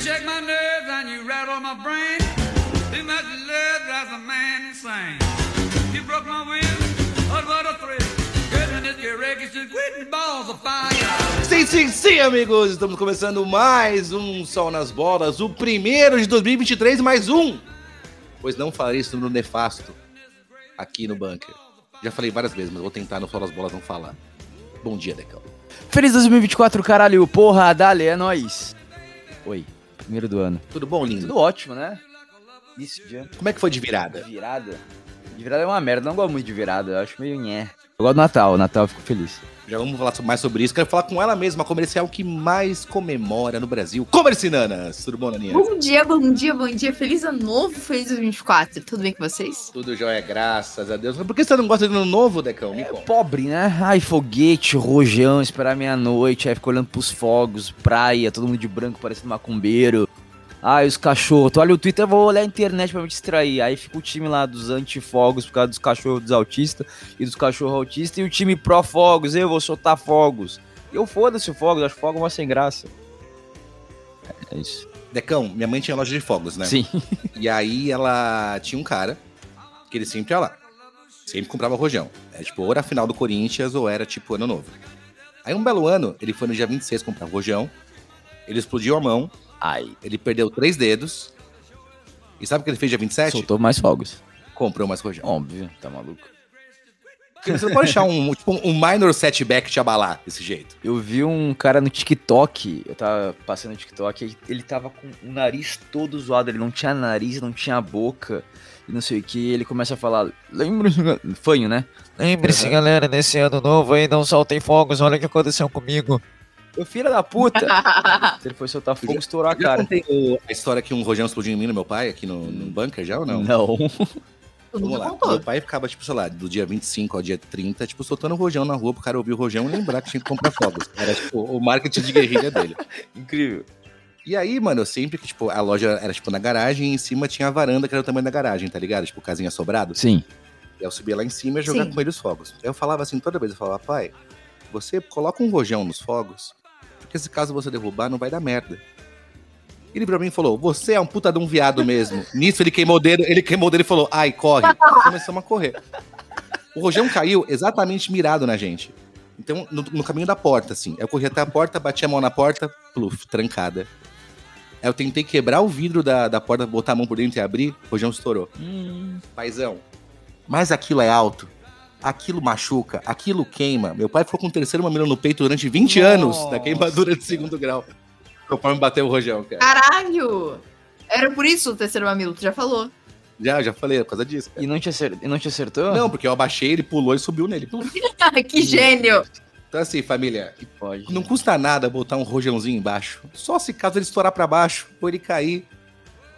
shake my nerves and you rattle my brain. Too much love drives a man insane. You broke my will, oh what a thrill. Goodness, your records just quitting balls of fire. Sim, sim, sim, amigos! Estamos começando mais um Sol nas Bolas, o primeiro de 2023, mais um! Pois não farei isso no nefasto, aqui no bunker. Já falei várias vezes, mas vou tentar no Sol nas Bolas não falar. Bom dia, Decão. Feliz 2024, caralho, porra, dale, é nóis. Oi, primeiro do ano. Tudo bom, lindo? Tudo ótimo, né? Início de ano, Como é que foi de virada? virada. De virada é uma merda, não gosto muito de virada, eu acho meio nhé. Eu gosto do Natal, Natal eu fico feliz. Já vamos falar so- mais sobre isso. Quero falar com ela mesma, a comercial que mais comemora no Brasil. Comercinanas! Tudo bom, Naninha? Bom dia, bom dia, bom dia. Feliz ano novo, feliz 2024. Tudo bem com vocês? Tudo jóia, graças a Deus. Mas Por que você não gosta de ano novo, Decão? Me É conta. pobre, né? Ai, foguete, rojão, esperar meia-noite, aí fica olhando pros fogos, praia, todo mundo de branco parecendo macumbeiro. Ai, os cachorros. Tu olha o Twitter, eu vou olhar a internet pra me distrair. Aí fica o time lá dos antifogos por causa dos cachorros dos autistas e dos cachorros autistas e o time pró-fogos. Eu vou soltar fogos. Eu foda-se o fogos, acho fogos uma sem graça. É isso. Decão, minha mãe tinha loja de fogos, né? Sim. E aí ela tinha um cara que ele sempre ia lá. Sempre comprava rojão. É tipo, ou era a final do Corinthians ou era tipo ano novo. Aí um belo ano, ele foi no dia 26 comprar um rojão. Ele explodiu a mão, Ai, ele perdeu três dedos. E sabe o que ele fez dia 27? soltou mais fogos. Comprou mais rojão. Óbvio, tá maluco. Porque você não pode deixar um, tipo, um minor setback te abalar desse jeito. Eu vi um cara no TikTok, eu tava passando no TikTok, ele tava com o nariz todo zoado, ele não tinha nariz, não tinha boca, e não sei o que, ele começa a falar, lembra-se, ga- fanho, né? Lembre-se, galera, nesse ano novo aí, não soltem fogos, olha o que aconteceu comigo. Ô filha da puta! Se ele foi soltar Eu fogo, já- estourou a Eu já cara. contei o- a história que um rojão explodiu em mim no meu pai, aqui no, no bunker já ou não? Todo Vamos mundo lá. contou. Meu pai ficava, tipo, sei lá, do dia 25 ao dia 30, tipo, soltando rojão na rua pro cara ouvir o rojão e lembrar que tinha que comprar fogos. Era, tipo, o marketing de guerrilha dele. Incrível. E aí, mano, eu sempre que, tipo, a loja era, tipo, na garagem e em cima tinha a varanda que era o tamanho da garagem, tá ligado? Tipo, casinha sobrado. Sim. E eu subia lá em cima e ia jogar Sim. com ele os fogos. Eu falava assim, toda vez, eu falava, pai, você coloca um rojão nos fogos, porque se caso você derrubar, não vai dar merda. Ele pra mim falou, você é um puta de um viado mesmo. Nisso ele queimou o dedo, ele queimou o dedo e falou, ai, corre. E Começamos a correr. O rojão caiu exatamente mirado na gente. Então, no, no caminho da porta, assim. Eu corri até a porta, bati a mão na porta, pluf, trancada. Aí eu tentei quebrar o vidro da, da porta, botar a mão por dentro e abrir, o rojão estourou. Hum. Paizão, mas aquilo é alto. Aquilo machuca, aquilo queima. Meu pai ficou com o terceiro mamilo no peito durante 20 anos da Nossa. queimadura de segundo grau. Conforme bateu o rojão, cara. Caralho! Era por isso o terceiro mamilo, tu já falou. Já, já falei, é por causa disso. cara. E não te acer- e não te acertou? Não, porque eu abaixei, ele pulou e subiu nele. que gênio! Então assim, família, Que pode. não custa nada botar um rojãozinho embaixo. Só se caso ele estourar pra baixo ou ele cair.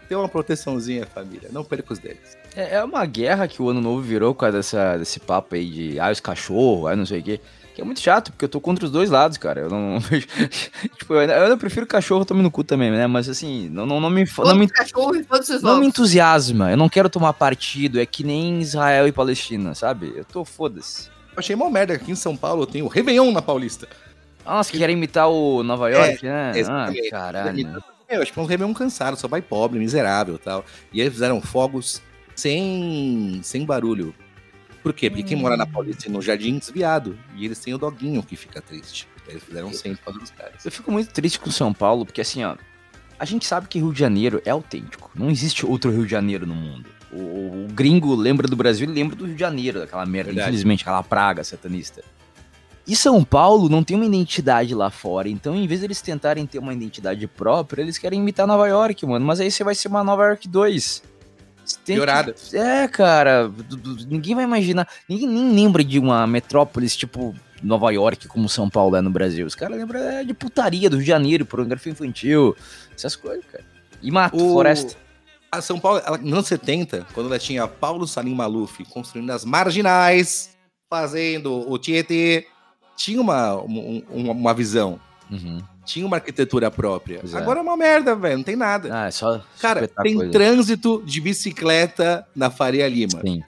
Tem uma proteçãozinha, família. Não perca os deles. É, é uma guerra que o ano novo virou com dessa, desse papo aí de ah, os cachorros, ah, não sei o quê. Que é muito chato, porque eu tô contra os dois lados, cara. Eu não. tipo, eu ainda, eu ainda prefiro cachorro tomando cu também, né? Mas assim, não, não, não me. fa- Não Todo me cachorro e todos os não me lobos. entusiasma, eu não quero tomar partido, é que nem Israel e Palestina, sabe? Eu tô foda-se. Eu achei mó merda que aqui em São Paulo eu tenho o Réveillon na Paulista. Ah, Nossa, que querem imitar o Nova York, né? exatamente. Ah, caralho. É, eu acho que é um Réveillon cansado, só vai pobre, miserável e tal. E aí fizeram fogos sem, sem barulho. Por quê? Porque quem mora na Paulista e no Jardim desviado. E eles têm o doguinho que fica triste. Eles fizeram sem fogos dos caras. Eu fico muito triste com São Paulo, porque assim, ó, a gente sabe que Rio de Janeiro é autêntico. Não existe outro Rio de Janeiro no mundo. O, o- o gringo lembra do Brasil e lembra do Rio de Janeiro, daquela merda, Verdade. infelizmente, aquela praga satanista. E São Paulo não tem uma identidade lá fora, então em vez deles tentarem ter uma identidade própria, eles querem imitar Nova York, mano. Mas aí você vai ser uma Nova York 2. Você tem que- Piorada. É, cara, du- du- ninguém vai imaginar, ninguém nem lembra de uma metrópolis tipo Nova York, como São Paulo é no Brasil. Os caras lembram é, de putaria do Rio de Janeiro, pornografia infantil, essas coisas, cara. E mato, O- floresta. A São Paulo, ela, nos anos 70, quando ela tinha Paulo Salim Maluf construindo as marginais, fazendo o Tietê, tinha uma, um- um- uma visão, Uhum. tinha uma arquitetura própria. Pois é. Agora é uma merda, velho, não tem nada. Ah, é só Cara, espetar tem coisa. trânsito de bicicleta na Faria Lima. Sim.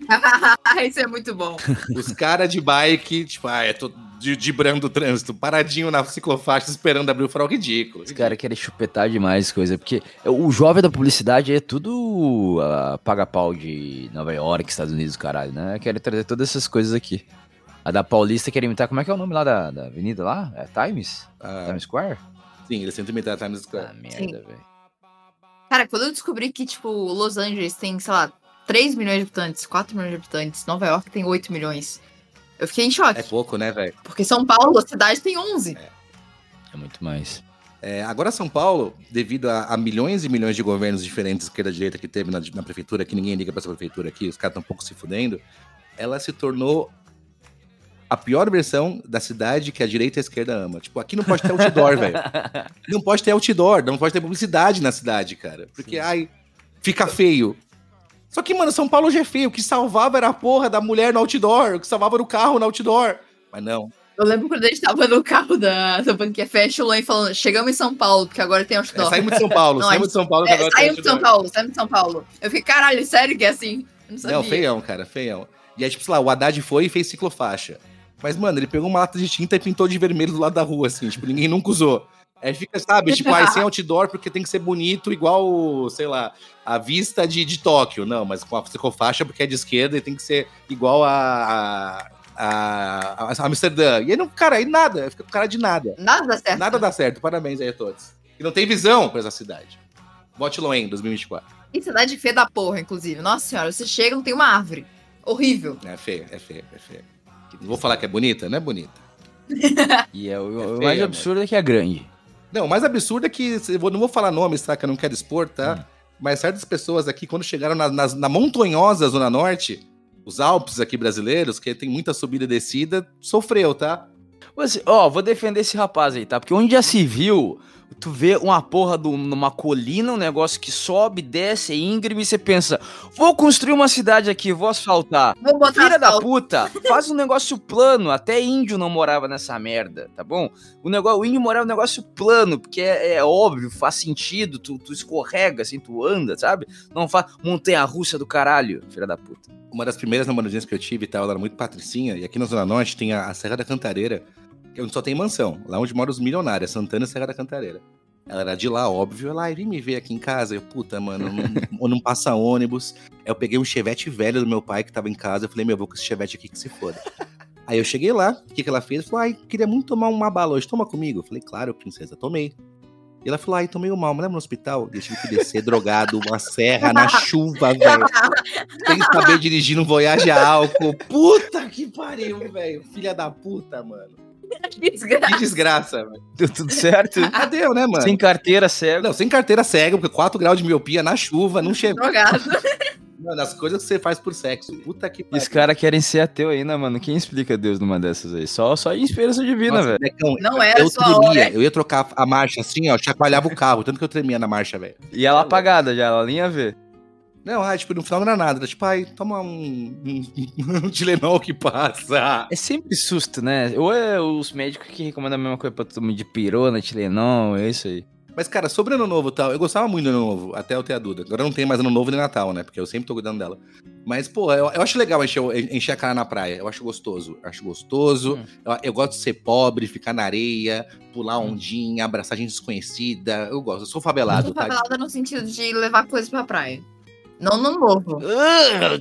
isso é muito bom. Os caras de bike, tipo, ah, eu tô de, de brando o trânsito, paradinho na ciclofaixa esperando abrir o farol, ridículo. Os caras querem chupetar demais coisa, porque é, o jovem da publicidade é tudo ah, paga-pau de Nova York, Estados Unidos, caralho, né? Querem trazer todas essas coisas aqui. A da Paulista quer imitar, como é que é o nome lá da, da avenida lá? É Times? Ah, Times Square? sim, eles tentam imitar a Times Square. Ah, merda, velho. Cara, quando eu descobri que, tipo, Los Angeles tem, sei lá, 3 milhões de habitantes, 4 milhões de habitantes, Nova York tem 8 milhões. Eu fiquei em choque. É pouco, né, velho? Porque São Paulo, a cidade, tem 11. É muito mais. É, agora São Paulo, devido a, a milhões e milhões de governos diferentes, esquerda e direita, que teve na, na prefeitura, que ninguém liga pra essa prefeitura aqui, os caras estão um pouco se fudendo, ela se tornou a pior versão da cidade que a direita e a esquerda ama. Tipo, aqui não pode ter outdoor, velho. Não pode ter outdoor, não pode ter publicidade na cidade, cara. Porque, ai, fica feio. Só que, mano, São Paulo já é feio. O que salvava era a porra da mulher no outdoor, o que salvava era o carro no outdoor. Mas não. Eu lembro quando a gente tava no carro da, da Banquia Fashion lá e falando, chegamos em São Paulo, porque agora tem É, outdoor. saímos de São Paulo, Não, saímos de São Paulo. que É, agora tem saímos de São outdoor. Paulo, saímos de São Paulo. Eu fiquei, caralho, sério que é assim? Eu não sabia. Não, feião, cara, feião. E aí, tipo, sei lá, o Haddad foi e fez ciclofaixa. Mas, mano, ele pegou uma lata de tinta e pintou de vermelho do lado da rua, assim, tipo, ninguém nunca usou. Aí fica, sabe, tipo, aí sem outdoor porque tem que ser bonito, igual, sei lá, a vista de, de Tóquio. Não, mas com a ciclofaixa porque é de esquerda e tem que ser igual a, a, a- a Amsterdã. E aí, não, cara, aí nada, fica com cara de nada. Nada dá certo. Nada dá certo, parabéns aí a todos. E não tem visão pra essa cidade. Vote Loen, 2024. E cidade feia da porra, inclusive. Nossa senhora, você chega e não tem uma árvore. Horrível. É feio, é feio, é feio. Vou falar que é bonita? Não é bonita. E é o, É o feia, mais mano. absurdo é que é grande. Não, o mais absurdo é que, eu vou- não vou falar nomes, tá? Que eu não quero expor, tá? Mas certas pessoas aqui, quando chegaram na, nas- na montanhosa Zona Norte, os Alpes aqui brasileiros, que tem muita subida e descida, sofreu, tá? Você- ó, vou defender esse rapaz aí, tá? Porque onde já se viu, tu vê uma porra de um- numa colina, um negócio que sobe, desce, é íngreme, e você pensa, vou construir uma cidade aqui, vou asfaltar. Vou botar Filha da asfalto. puta, faz um negócio plano. Até índio não morava nessa merda, tá bom? O, negócio, o índio morava num negócio plano, porque é, é óbvio, faz sentido, tu, tu escorrega, assim, tu anda, sabe? Não faz montanha-russa do caralho, filha da puta. Uma das primeiras namoradinhas que eu tive, tá? Ela era muito patricinha, e aqui na Zona Norte tem a, a Serra da Cantareira, que é onde só tem mansão, lá onde moram os milionários, Santana e Serra da Cantareira. Ela era de lá, óbvio, ela, "Ai, vem me ver aqui em casa, eu, puta, mano, não, não passa ônibus. Aí eu peguei um chevette velho do meu pai que tava em casa. Eu falei, meu, vou com esse chevette aqui que se foda. Aí eu cheguei lá, o que, que ela fez? Falou, ai, queria muito tomar uma bala hoje, toma comigo. Eu falei, claro, princesa, tomei. E ela falou, ai, tomei uma, me lembra no hospital? Eu tive que descer drogado, uma serra na chuva, velho. Sem saber dirigir, não voyage a álcool. Puta que pariu, velho. Filha da puta, mano. Que desgraça. Que desgraça, velho. Deu tudo certo? Ah, deu, né, mano? Sem carteira, cego. Não, sem carteira cega, porque 4 graus de miopia na chuva, não chega. Drogado. Mano, as coisas que você faz por sexo. Puta que E pariu. os caras querem ser ateu ainda, mano. Quem explica Deus numa dessas aí? Só, só em esperança divina, Nossa, velho. Becão, Não é era eu sua hora. tremia. Eu ia trocar a marcha assim, ó, chacoalhava o carro, tanto que eu tremia na marcha, velho. E ela apagada já, ela linha V. Não, ah, tipo, no final não era nada. Era, tipo, ai, toma um, um, um Tilenol que passa. É sempre susto, né? Ou é os médicos que recomendam a mesma coisa pra todo mundo de pirona, Tilenol, é isso aí. Mas, cara, sobre ano novo e tal, eu gostava muito do ano novo, até eu ter a Duda. Agora não tem mais ano novo nem Natal, né? Porque eu sempre tô cuidando dela. Mas, pô, eu, eu acho legal encher, o- encher a cara na praia. Eu acho gostoso. Eu acho gostoso. Hum. Eu, eu gosto de ser pobre, ficar na areia, pular Hum. ondinha, abraçar gente desconhecida. Eu gosto. Eu sou Eu favelado, tô tá? favelada no sentido de levar coisas pra praia. Não no novo.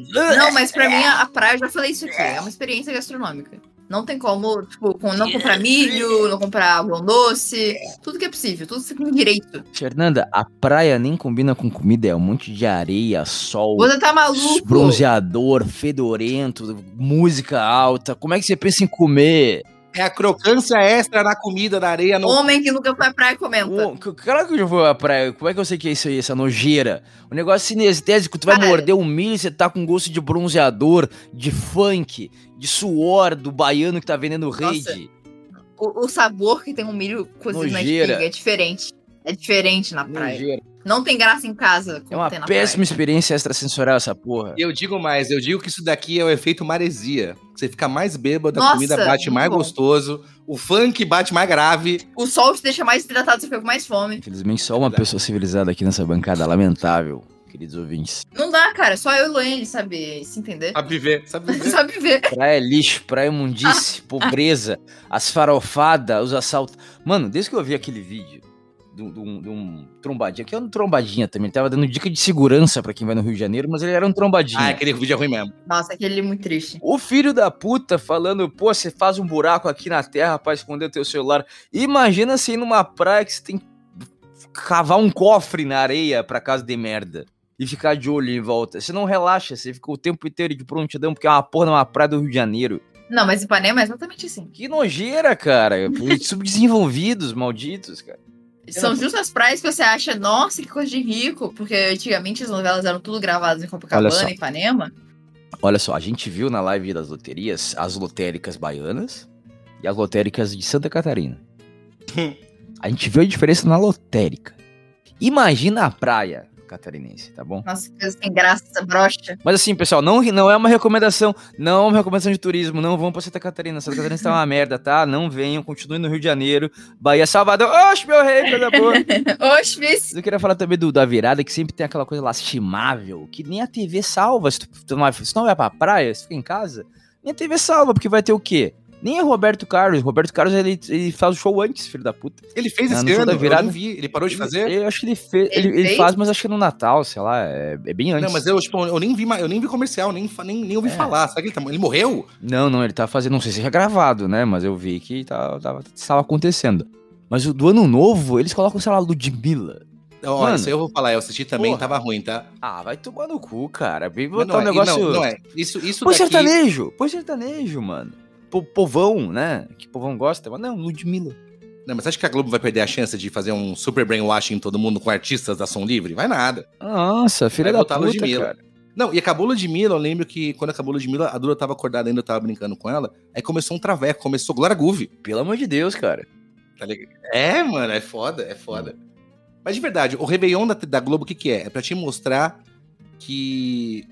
Não, mas pra mim a a praia, eu já falei isso aqui, é uma experiência gastronômica. Não tem como, tipo, com- não comprar milho, não comprar algodão doce, tudo que é possível, tudo que você tem direito. Fernanda, a praia nem combina com comida, é um monte de areia, sol, Você tá maluco? bronzeador, fedorento, música alta. Como é que você pensa em comer? É a crocância extra na comida, na areia. Não... Homem que nunca foi à praia comenta. O, claro que eu já vou à praia. Como é que eu sei que é isso aí, essa nojeira? O negócio é sinestésico, tu vai Cara. morder um milho e você tá com gosto de bronzeador, de funk, de suor do baiano que tá vendendo rede. O, o sabor que tem um milho cozido Nojeira. na espiga é diferente. É diferente na praia. Nojeira. Não tem graça em casa como É uma tem na péssima experiência extrasensorial essa porra. E Eu digo mais, eu digo que isso daqui é o efeito maresia. Você fica mais bêbado, a Nossa, comida bate muito mais bom. gostoso, o funk bate mais grave. praia. O sol te deixa mais hidratado, você fica com mais fome. Infelizmente, só uma pessoa civilizada aqui nessa bancada, lamentável. queridos ouvintes. Não dá, cara. Só eu e Luane sabe se entender. Sabe viver, sabe viver. Sabe ver. Praia é lixo, praia é imundice, pobreza, as farofadas, os assaltos. Mano, desde que eu vi aquele vídeo de um- de um, de um trombadinha, que é um trombadinha também, ele tava dando dica de segurança pra quem vai no Rio de Janeiro, mas ele era um trombadinha. ah, aquele vídeo é ruim mesmo. Nossa, aquele é muito triste. O filho da puta falando, pô, você faz um buraco aqui na terra pra esconder o teu celular. Imagina você ir numa praia que você tem que cavar um cofre na areia pra casa de merda e ficar de olho em volta. Você não relaxa, você fica o tempo inteiro de prontidão, porque é uma porra numa praia do Rio de Janeiro. Não, mas Ipanema é exatamente assim. Que nojeira, cara. É, Subdesenvolvidos, malditos, cara. São justas as praias que você acha, nossa, que coisa de rico, porque antigamente as novelas eram tudo gravadas em Olha Copacabana, só. em Ipanema. Olha só, a gente viu na live das loterias as lotéricas baianas e as lotéricas de Santa Catarina. a gente viu a diferença na lotérica. Imagina a praia catarinense, tá bom? Nossa, que coisa sem graça, brocha. Mas assim, pessoal, não, não é uma recomendação, não é uma recomendação de turismo, não vão pra Santa Catarina. Santa Catarina está uma merda, tá? Não venham, continuem no Rio de Janeiro, Bahia, Salvador. Oxe, meu rei, coisa boa! Oxe, vice. Eu queria falar também do, da virada, que sempre tem aquela coisa lastimável, que nem a TV salva. Se tu, tu não, vai- se tu não vai pra praia, se tu fica em casa, nem a TV salva, porque vai ter o quê? Nem é Roberto Carlos. Roberto Carlos, ele, ele faz o show antes, filho da puta. Ele fez Ah, no esse show ano, da eu virada. não vi. Ele parou de fazer? Eu acho que ele fez. Ele, Ele ele fez? faz, mas acho que é no Natal, sei lá. É, é bem antes. Não, mas eu, tipo, eu nem vi, ma- eu nem vi comercial, nem, fa- nem, nem ouvi É. falar. Será que ele, tá- ele morreu? Não, não, ele tá fazendo. Não sei se é gravado, né? Mas eu vi que tá- tava, estava acontecendo. Mas o do ano novo, eles colocam, sei lá, Ludmilla. Ó, Mano. isso aí eu vou falar, eu assisti também, Porra. tava ruim, tá? Ah, vai tomar no cu, cara. Vem Mas botar um é, negócio. não, não é. Isso, isso Põe daqui... sertanejo, põe sertanejo, mano. Po- povão, né? Que povão gosta, mas não, Ludmilla. Não, mas acha que a Globo vai perder a chance de fazer um super brainwashing em todo mundo com artistas da Som Livre? Vai nada. Nossa, filha Vai da botar puta, Ludmilla. cara. Não, e acabou Ludmilla, eu lembro que quando acabou Ludmilla, a Dura tava acordada ainda, eu tava brincando com ela. Aí começou um traveco, começou Glória Groove. Pelo amor de Deus, cara. Tá ligado? É, mano, é foda, é foda. Mas de verdade, o Réveillon da, da Globo, o que que é? É pra te mostrar que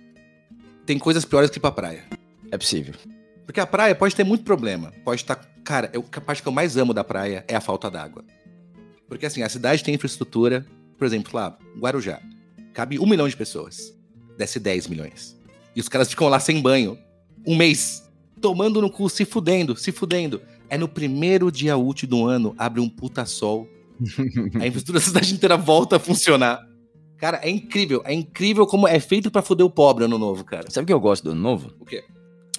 tem coisas piores que ir pra praia. É possível. Porque a praia pode ter muito problema. Pode estar. Cara, eu, a parte que eu mais amo da praia é a falta d'água. Porque assim, a cidade tem infraestrutura. Por exemplo, lá, Guarujá. Cabe um milhão de pessoas. Desce 10 milhões. E os caras ficam lá sem banho. Um mês. Tomando no cu, se fudendo, se fudendo. É no primeiro dia útil do ano, abre um puta sol. a infraestrutura da cidade inteira volta a funcionar. Cara, é incrível. É incrível como é feito pra fuder o pobre ano novo, cara. Sabe o que eu gosto do ano novo? O quê?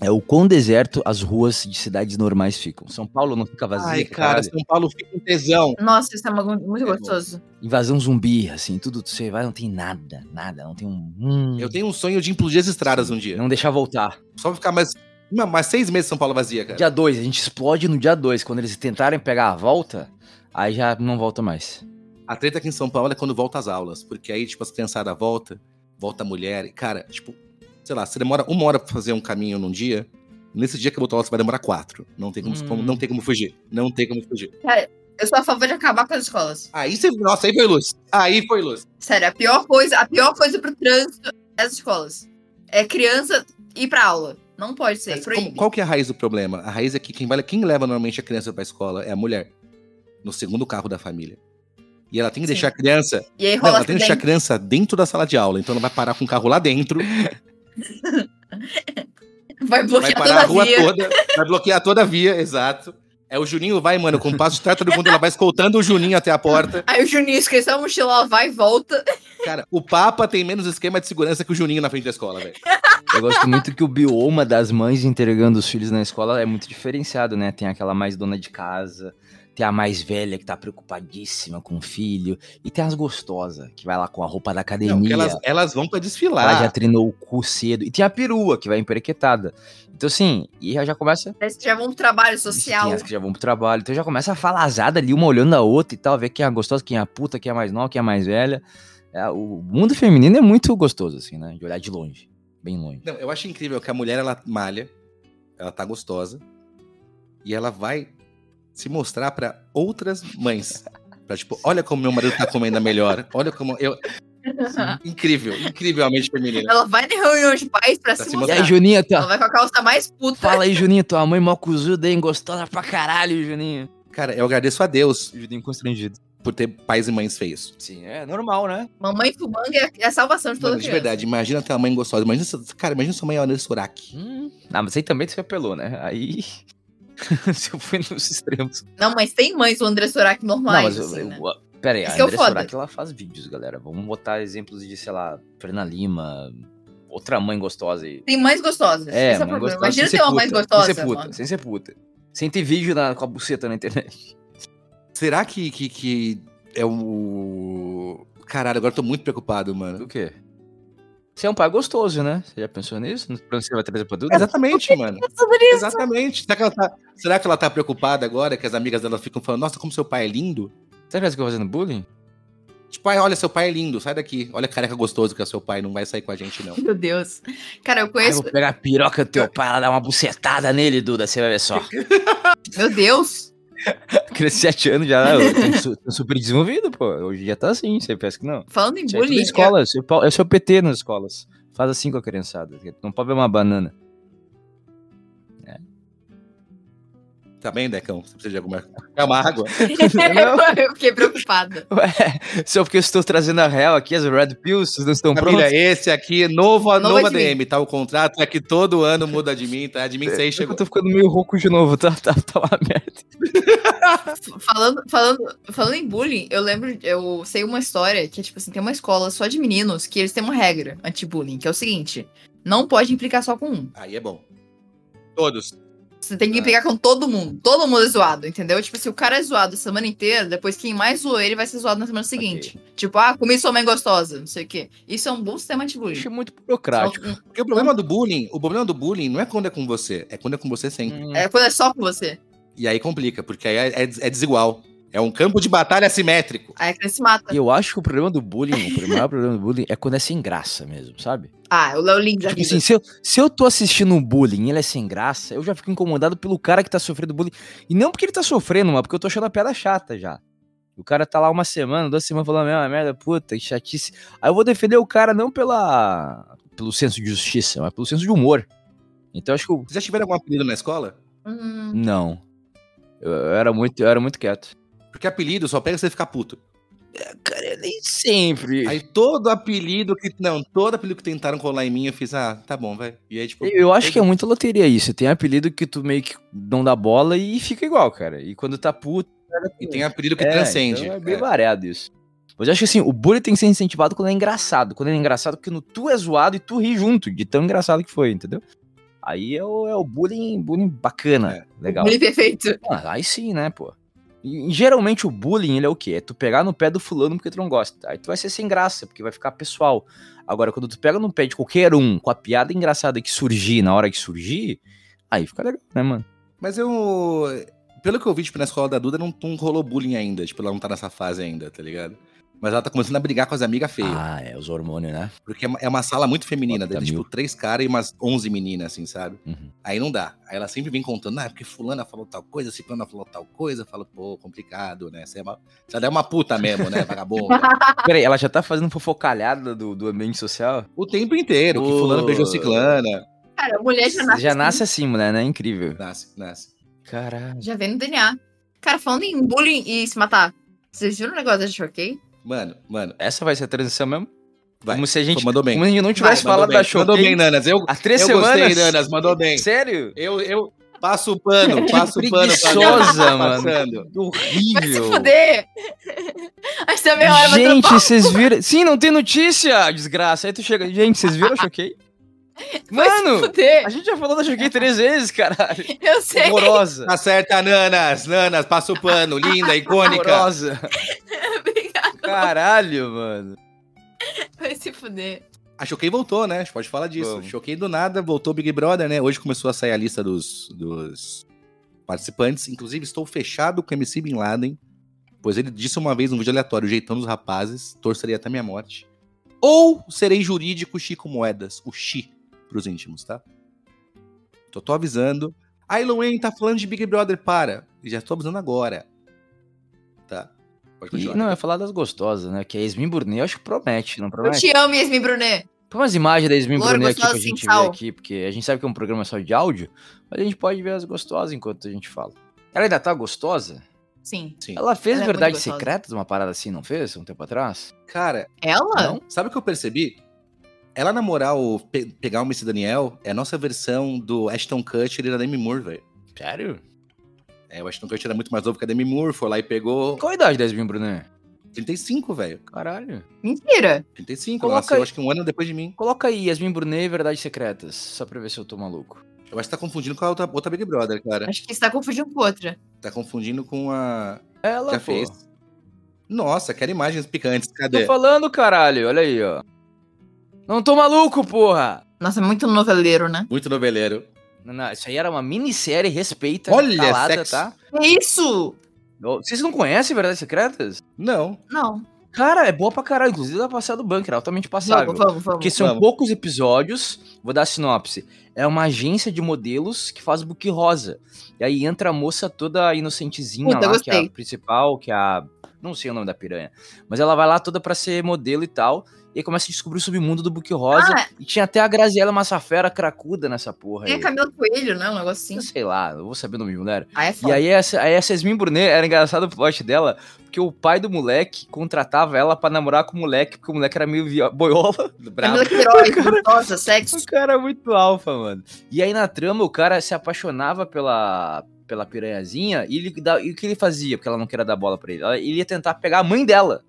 É o quão deserto as ruas de cidades normais ficam. São Paulo não fica vazia, Ai, cara. cara, São Paulo fica um tesão. Nossa, isso é uma- muito É bom. gostoso. Invasão zumbi, assim, tudo. Você vai, não tem nada, nada. Não tem um. hum, Eu tenho um sonho de implodir as estradas um dia. Não deixar voltar. Só ficar mais, uma- mais seis meses em São Paulo vazia, cara. Dia 2, a gente explode no dia 2. Quando eles tentarem pegar a volta, aí já não volta mais. A treta aqui em São Paulo é quando volta às aulas. Porque aí, tipo, as criançadas volta, volta a mulher. E, cara, tipo, sei lá, você demora uma hora pra fazer um caminho num dia. Nesse dia que eu botar aula, você vai demorar quatro. Não tem como, Hum. como- não tem como fugir. Não tem como fugir. Eu sou a favor de acabar com as escolas. Aí você. Nossa, aí foi luz. Aí foi luz. Sério, a pior coisa, a pior coisa pro trânsito é as escolas. É criança ir pra aula. Não pode ser, Mas como- proíbe. qual que é a raiz do problema? A raiz é que quem, vai, quem leva normalmente a criança pra escola é a mulher. No segundo carro da família. E ela tem que Sim. deixar a criança E aí Não, rola ela tem um que deixar a acidente. criança dentro da sala de aula, então ela vai parar com o carro lá dentro, vai Vai bloquear parar a toda a rua via. toda, vai bloquear toda a via, exato. É o Juninho vai, mano, com um passo de tártaro quando ela vai escoltando o Juninho até a porta. Aí o Juninho esqueceu a mochila, ela vai e volta. Cara, o Papa tem menos esquema de segurança que o Juninho na frente da escola, velho. Eu gosto muito que o bioma das mães entregando os filhos na escola é muito diferenciado, né? Tem aquela mais dona de casa, tem a mais velha que tá preocupadíssima com o filho, e tem as gostosas, que vai lá com a roupa da Não, porque academia, elas, elas vão pra ela já tá desfilar. treinou o cu cedo, e tem a perua, que vai emperequetada. Então, assim, e já já começa... Parece que já vão pro um trabalho social. Tem as que já vão pro trabalho, então já começa a falazada ali, uma olhando a outra e tal, ver quem é a gostosa, quem é a puta, quem é a mais nova, quem é a mais velha. É, o mundo feminino é muito gostoso, assim, né? De olhar de longe, bem longe. Não, eu acho incrível que a mulher, ela malha, ela tá gostosa, e ela vai se mostrar pra outras mães. Pra, tipo, olha como meu marido tá comendo melhor, olha como eu... Incrível, incrivelmente feminina. Ela vai na reunião de pais pra se Tá se E mostrar. aí, Juninha, tua, Ela vai com a calça mais puta. Fala aí, Juninho, tua mãe mó cuzuda, hein? Gostosa pra caralho, Juninho. Cara, eu agradeço a Deus Juninho constrangido. por ter pais e mães feios. Sim, é normal, né? Mamãe fumando é é a salvação de toda Mano, de criança. verdade, imagina ter uma mãe gostosa. Imagina, se- cara, imagina sua mãe é uma Suraki. Hum. Ah, mas aí também você apelou, né? Aí. Se eu fui nos extremos. Não, mas tem mães do André Surak normais, eu- assim, eu- né? Pera aí, Esse a que é o Andressa foda. Urach, ela faz vídeos, galera. Vamos botar exemplos de, sei lá, Fernanda Lima, outra mãe gostosa aí. Tem mães gostosas. É, esse é o mãe problema. gostosa. Imagina sem ter uma puta, mãe é gostosa. Sem ser puta, mano. sem ser puta. Sem ter vídeo na- com a buceta na internet. Será que, que, que é o. Caralho, agora eu tô muito preocupado, mano. Do quê? Você é um pai gostoso, né? Você já pensou nisso? No plano que você vai trazer pra tudo? Exatamente, mano. Exatamente. Será que, ela tá, será que ela tá preocupada agora que as amigas dela ficam falando, nossa, como seu pai é lindo? Será que elas ficam fazendo bullying? Tipo, ai, olha, seu pai é lindo, sai daqui. Olha a careca gostoso que é seu pai, não vai sair com a gente, não. Meu Deus. Cara, eu Ai, conheço. Ah, vou pegar a piroca do teu pai, ela dá uma bucetada nele, Duda, você vai ver só. Meu Deus. Criança de 7 anos já tem su- tem super desenvolvido, pô. Hoje em dia tá assim, você pensa que não. Falando em Isso aí é tudo bullying. escola, isso é o pau- é o seu PT nas escolas. Faz assim com a criançada. Não pode ver uma banana. Tá bem, Decão? Você precisa de alguma. É uma água. Eu, eu fiquei preocupada. Ué, só porque eu estou trazendo a real aqui, as Red Pills, vocês não estão Família, prontos? é esse aqui, novo, Novo nova admin. DM, tá? O contrato é que todo ano muda admin, tá? Admin 6 Eu chegou. tô ficando meio rouco de novo, tá, tá, tá uma merda. F- Falando, falando, falando em bullying, eu lembro, eu sei uma história que é tipo assim, tem uma escola só de meninos que eles têm uma regra anti-bullying, que é o seguinte: não pode implicar só com um. Aí é bom. Todos. Você Tá. tem que implicar com todo mundo. Todo mundo é zoado, entendeu? Tipo, se o cara é zoado a semana inteira, depois quem mais zoou ele vai ser zoado na semana seguinte. Tipo, ah, comi sua mãe gostosa, não sei o quê. Isso é um bom sistema anti-bullying. Então, Achei muito Só- burocrático. Porque o problema do bullying, o problema do bullying não é quando é com você, é quando é com você sempre. Hum. É quando é só com você. E aí complica, porque aí é, é des- é desigual. É um campo de batalha assimétrico. Aí a criança se mata. E eu acho que o problema do bullying, o maior problema do bullying é quando é sem graça mesmo, sabe? Ah, o Léo Lins da Tipo vida. assim, se eu, se eu tô assistindo um bullying e ele é sem graça, eu já fico incomodado pelo cara que tá sofrendo bullying. E não porque ele tá sofrendo, mas porque eu tô achando a piada chata já. O cara tá lá uma semana, duas semanas falando a mesma merda, puta, que chatice. Aí eu vou defender o cara não pela pelo senso de justiça, mas pelo senso de humor. Então eu acho que eu, Vocês já tiveram algum apelido na escola? Hum, não. Eu, eu era muito, eu era muito quieto. Porque apelido só pega você ficar puto. Cara, é nem sempre. Aí todo apelido que. Não, todo apelido que tentaram colar em mim, eu fiz, ah, tá bom, vai. E aí, tipo. Eu acho que é muita loteria isso. Tem apelido que tu meio que não dá bola e fica igual, cara. E quando tá puto. E tem apelido que é, transcende. então é bem É. variado isso. Mas eu acho que assim, o bullying tem que ser incentivado quando é engraçado. Quando é engraçado, porque no tu é zoado e tu ri junto, de tão engraçado que foi, entendeu? Aí é o, é o bullying, bullying bacana, É. legal. bullying perfeito. Ah, aí sim, né, pô? E, e geralmente o bullying, ele é o quê? É tu pegar no pé do fulano porque tu não gosta. Aí tu vai ser sem graça, porque vai ficar pessoal. Agora, quando tu pega no pé de qualquer um, com a piada engraçada que surgir na hora que surgir, aí fica legal, né, mano? Mas eu. Pelo que eu vi, tipo, na escola da Duda, não, não rolou bullying ainda. Tipo, ela não tá nessa fase ainda, tá ligado? Mas ela tá começando a brigar com as amigas feias. Ah, é os hormônios, né? Porque é uma, é uma sala muito feminina. Puta Deve ter, tipo, mil. três caras e umas onze meninas, assim, sabe? Uhum. Aí não dá. Aí ela sempre vem contando, ah, porque fulana falou tal coisa, ciclana falou tal coisa. Eu falo, pô, complicado, né? Você é uma, você é uma puta mesmo, né, vagabundo? Peraí, ela já tá fazendo fofocalhada do, do ambiente social? o tempo inteiro, que fulano Ô. beijou ciclana. Cara, a mulher já nasce. Já assim, nasce assim, mulher, né? Incrível. Nasce, nasce. Caralho. Já vem no DNA. Cara, falando em bullying e se matar. Vocês viram o negócio da Choquei? Mano, mano, Essa vai ser a transição mesmo? vai. Como se a gente, Pô, mandou bem. como se a gente não tivesse Mandou falado bem, da show. Mandou bem, Nanas. Eu, Há três eu semanas? gostei, Nanas. Mandou bem. Sério? Eu, eu passo o pano, passo o pano. pra preguiçosa, Tá mano. passando. Horrível. Vai se fuder! Acho que tá meia hora pra Gente, trampar. vocês viram? Sim, não tem notícia, desgraça. Aí tu chega, gente, vocês viram? Choquei. Vai se Mano, a fuder! gente já falou da Choquei três vezes, caralho. Eu sei. Horrorosa. Tá certa, Nanas. Nanas, passa o pano. Linda, icônica. Horrorosa. Obrigada. Caralho, mano. Vai se fuder. A Choquei voltou, né? A gente pode falar disso. Vamos. Choquei do nada, voltou o Big Brother, né? Hoje começou a sair a lista dos, dos participantes. Inclusive, estou fechado com o MC Bin Laden, pois ele disse uma vez num vídeo aleatório, jeitando os rapazes, torcerei até minha morte. Ou serei jurídico Chico Moedas, o Chi, pros íntimos, tá? Tô, tô avisando. A Wayne tá falando de Big Brother, para. Já tô avisando agora. Tá? Pode E, continuar. não, é- eu ia falar das gostosas, né? Que a Esmin Burnet, eu acho que promete, não Eu promete? te amo, Yasmin Brunet. Põe umas imagens da Esmin Loura Brunet aqui pra gostosa gente sem ver sal. aqui, porque a gente sabe que é um programa só de áudio, mas a gente pode ver as gostosas enquanto a gente fala. Ela ainda tá gostosa? Sim. Sim. Ela fez Ela é muito verdades gostosa. secretas, uma parada assim, não fez? Um tempo atrás? Cara, Ela? Não? sabe o que eu percebi? Ela namorar o pe pegar o Mr. Daniel é a nossa versão do Ashton Kutcher e da Demi Moore, velho. Sério? É, o Ashton Kutcher era muito mais novo que a Demi Moore, foi lá e pegou Qual a idade da Esmin Brunet? 35, velho. Caralho. Mentira. 35, Coloca ela nasceu aí. acho que um ano depois de mim. Coloca aí, Yasmin Brunet e Verdades Secretas, só pra ver se eu tô maluco. Eu acho que tá confundindo com a outra, outra Big Brother, cara. Acho que você tá confundindo com outra. Tá confundindo com a. Ela, Já pô. fez. Nossa, quero imagens picantes, Tô cadê? falando, caralho, olha aí, ó. Não tô maluco, porra! Nossa, é muito noveleiro, né? Muito noveleiro. Não, não, isso aí era uma minissérie, respeita, Olha, calada, sexo. tá? É isso! Ô, Vocês não conhecem Verdades Secretas? Não. Não. Cara, é boa pra caralho, inclusive dá pra passar do bunker, é altamente passável. Vamos, vamos, vamos. Porque são Vamos. poucos episódios. Vou dar a sinopse. É uma agência de modelos que faz book rosa. E aí entra a moça toda inocentezinha Puta, lá, que é gostei. a principal, que é a. Não sei o nome da piranha. Mas ela vai lá toda pra ser modelo e tal. E aí começa a descobrir o submundo do book rosa. Ah, E tinha até a Graziela Massafera cracuda nessa porra. tem Aí. a Camila Coelho, né? Um negócio Eu assim. sei lá, eu vou saber o nome, de mulher. Aí é E foda. aí essa, aí essa Yasmin Brunet era engraçado o plot dela, porque o pai do moleque contratava ela pra namorar com o moleque, porque o moleque era meio vio- boiola. Bravo. Camila Queiroz, gostosa, sexo. O cara é muito alfa, mano. E aí na trama o cara se apaixonava pela, pela piranhazinha e, ele, dá- e o que ele fazia? Porque ela não queria dar bola pra ele. Ela- Ele ia tentar pegar a mãe dela.